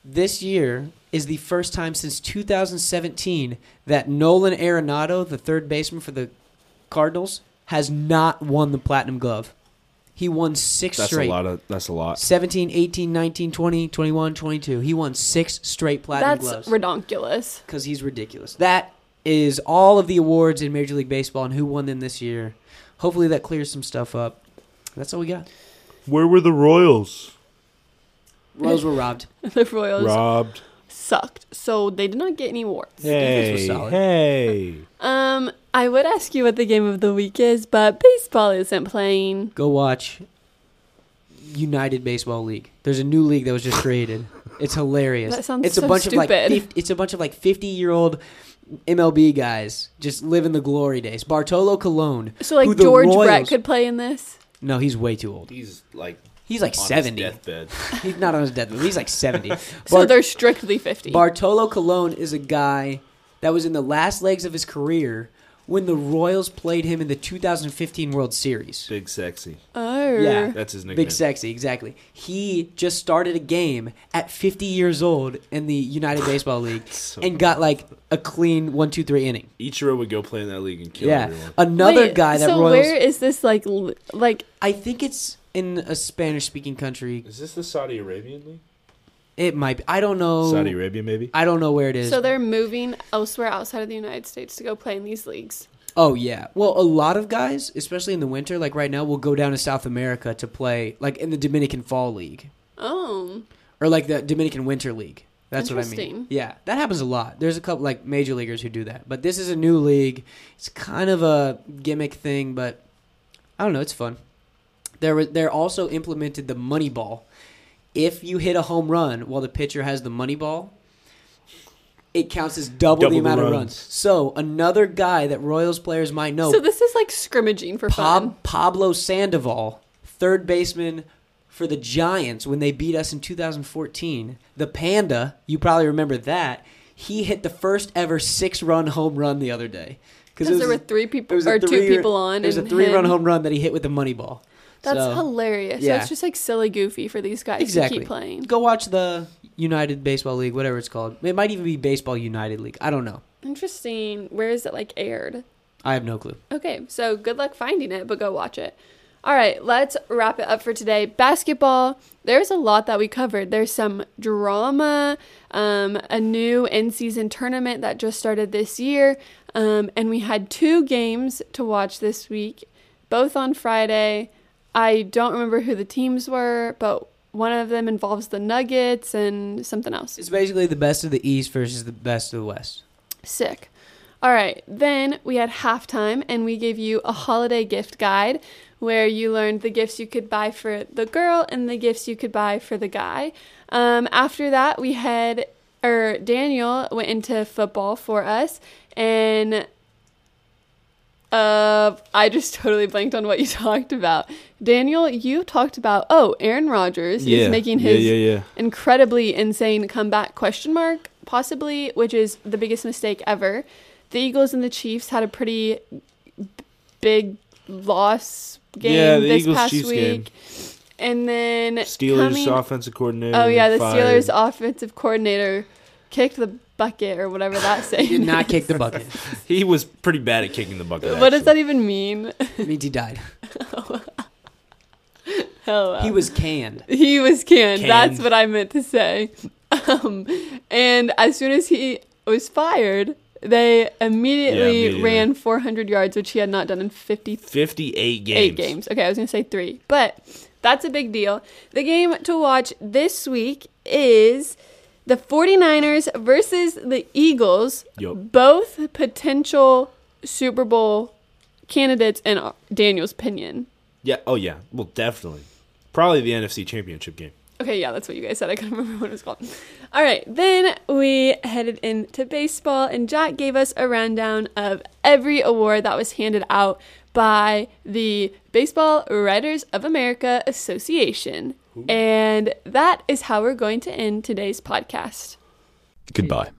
Speaker 2: This year is the first time since 2017 that Nolan Arenado, the third baseman for the Cardinals, has not won the Platinum Glove. He won six
Speaker 3: That's
Speaker 2: straight.
Speaker 3: a lot of. That's a lot.
Speaker 2: 17, 18, 19, 20, 21, 22. He won six straight platinum
Speaker 1: That's
Speaker 2: gloves
Speaker 1: redonkulous.
Speaker 2: because he's ridiculous. That is all of the awards in Major League Baseball and who won them this year. Hopefully that clears some stuff up. That's all we got.
Speaker 3: Where were the Royals?
Speaker 2: Royals were robbed.
Speaker 1: The Royals
Speaker 3: Robbed.
Speaker 1: sucked, so they did not get any awards.
Speaker 2: Defense was
Speaker 3: Hey,
Speaker 2: solid.
Speaker 3: hey.
Speaker 1: Um, I would ask you what the game of the week is, but baseball isn't playing.
Speaker 2: Go watch United Baseball League. There's a new league that was just created. It's hilarious.
Speaker 1: That sounds
Speaker 2: it's a
Speaker 1: so
Speaker 2: bunch of like
Speaker 1: stupid.
Speaker 2: fif- it's a bunch of like 50 year old MLB guys just living the glory days. Bartolo Colon.
Speaker 1: So like
Speaker 2: who the
Speaker 1: George
Speaker 2: Royals-
Speaker 1: Brett could play in this.
Speaker 2: No, he's way too old.
Speaker 3: He's like
Speaker 2: He's like
Speaker 3: on his
Speaker 2: 70.
Speaker 3: deathbed.
Speaker 2: He's not on his deathbed. He's like 70.
Speaker 1: So
Speaker 2: Bar-
Speaker 1: they're strictly fifty.
Speaker 2: Bartolo Colon is a guy that was in the last legs of his career when the Royals played him in the 2015 World Series.
Speaker 3: Big sexy.
Speaker 1: oh,
Speaker 2: Yeah.
Speaker 3: That's his nickname.
Speaker 2: Big sexy, exactly. He just started a game at 50 years old in the United Baseball League
Speaker 3: So
Speaker 2: and got like a clean one, two, three inning.
Speaker 3: Ichiro would go play in that league and kill
Speaker 2: Yeah,
Speaker 3: everyone.
Speaker 2: another
Speaker 1: Wait,
Speaker 2: guy that
Speaker 1: so
Speaker 2: Royals.
Speaker 1: where is this like l- like
Speaker 2: I think it's in a Spanish-speaking country.
Speaker 3: Is this the Saudi Arabian league?
Speaker 2: It might. Be. I don't
Speaker 1: Oh.
Speaker 2: know.
Speaker 3: Saudi Arabia, maybe.
Speaker 2: I don't know where it is.
Speaker 1: so they're moving elsewhere outside of the United States to go play in these leagues.
Speaker 2: Oh yeah. Well, a lot of guys, especially in the winter, like right now, will go down to South America to play, like in the Dominican Fall League
Speaker 1: Oh.
Speaker 2: or like the Dominican Winter League. That's what I mean.
Speaker 1: Interesting.
Speaker 2: Yeah, that happens a lot. There's a couple like major leaguers who do that, but this is a new league. It's kind of a gimmick thing, but I don't know. It's fun. There was they're also implemented the money ball. If you hit a home run while the pitcher has the money ball, it counts as double,
Speaker 3: Double
Speaker 2: the
Speaker 3: the
Speaker 2: amount of
Speaker 3: runs.
Speaker 2: runs. So another guy that Royals players might know,
Speaker 1: So this is like scrimmaging for fun.
Speaker 2: Pab- Pablo Sandoval, third baseman for the Giants when they beat us in 2014. The Panda, you probably remember that. He hit the first ever six-run home run the other day
Speaker 1: Because there were three people or two people on.
Speaker 2: It was a
Speaker 1: and
Speaker 2: three-run
Speaker 1: him-
Speaker 2: home run that he hit with the money ball.
Speaker 1: That's
Speaker 2: So,
Speaker 1: hilarious.
Speaker 2: yeah.
Speaker 1: So it's just like silly goofy for these guys
Speaker 2: exactly.
Speaker 1: to keep playing.
Speaker 2: Go watch the United Baseball League, whatever it's called. It might even be Baseball United League. I don't know.
Speaker 1: Interesting. Where is it like aired?
Speaker 2: I have no clue.
Speaker 1: Okay, so good luck finding it, but go watch it. All right, let's wrap it up for today. Basketball, there's a lot that we covered. There's some drama, um, a new in season tournament that just started this year, um, and we had two games to watch this week, both on Friday. I don't remember who the teams were, but one of them involves the Nuggets and something else.
Speaker 2: It's basically the best of the East versus the best of the West.
Speaker 1: Sick. All right, then we had halftime and we gave you a holiday gift guide where you learned the gifts you could buy for the girl and the gifts you could buy for the guy. Um, after that, we had, or Daniel went into football for us and uh, I just totally blanked on what you talked about. Daniel, you talked about, oh, Aaron Rodgers is making his
Speaker 3: yeah, yeah, yeah.
Speaker 1: incredibly insane comeback question mark possibly which is the biggest mistake ever the eagles and the chiefs had a pretty b- big loss game
Speaker 3: Yeah, the
Speaker 1: this
Speaker 3: Eagles
Speaker 1: past
Speaker 3: Chiefs
Speaker 1: week
Speaker 3: game.
Speaker 1: and then
Speaker 3: Steelers
Speaker 1: coming-
Speaker 3: offensive coordinator.
Speaker 1: oh yeah the
Speaker 3: fired.
Speaker 1: steelers offensive coordinator kicked the bucket or whatever that saying
Speaker 2: Did not
Speaker 1: is.
Speaker 2: kick the bucket.
Speaker 3: He was pretty bad at kicking the bucket.
Speaker 1: what does
Speaker 3: actually.
Speaker 1: that even mean
Speaker 2: It means he died.
Speaker 1: Hello.
Speaker 2: He was canned.
Speaker 1: He was canned. That's
Speaker 3: Canned.
Speaker 1: what I meant to say. Um, and as soon as he was fired, they immediately,
Speaker 3: Yeah, immediately.
Speaker 1: ran 400 yards, which he had not done in 58
Speaker 3: Fifty-eight games.
Speaker 1: games. Okay, I was going to say three, but that's a big deal. The game to watch this week is the 49ers versus the Eagles,
Speaker 3: Yup.
Speaker 1: both potential Super Bowl candidates, in uh, Daniel's opinion.
Speaker 3: Yeah. Oh yeah. Well, definitely. Probably the NFC Championship game.
Speaker 1: Okay, yeah, that's what you guys said. I couldn't remember what it was called. All right, then we headed into baseball, and Jack gave us a rundown of every award that was handed out by the Baseball Writers of America Association. And that is how we're going to end today's podcast.
Speaker 4: Goodbye.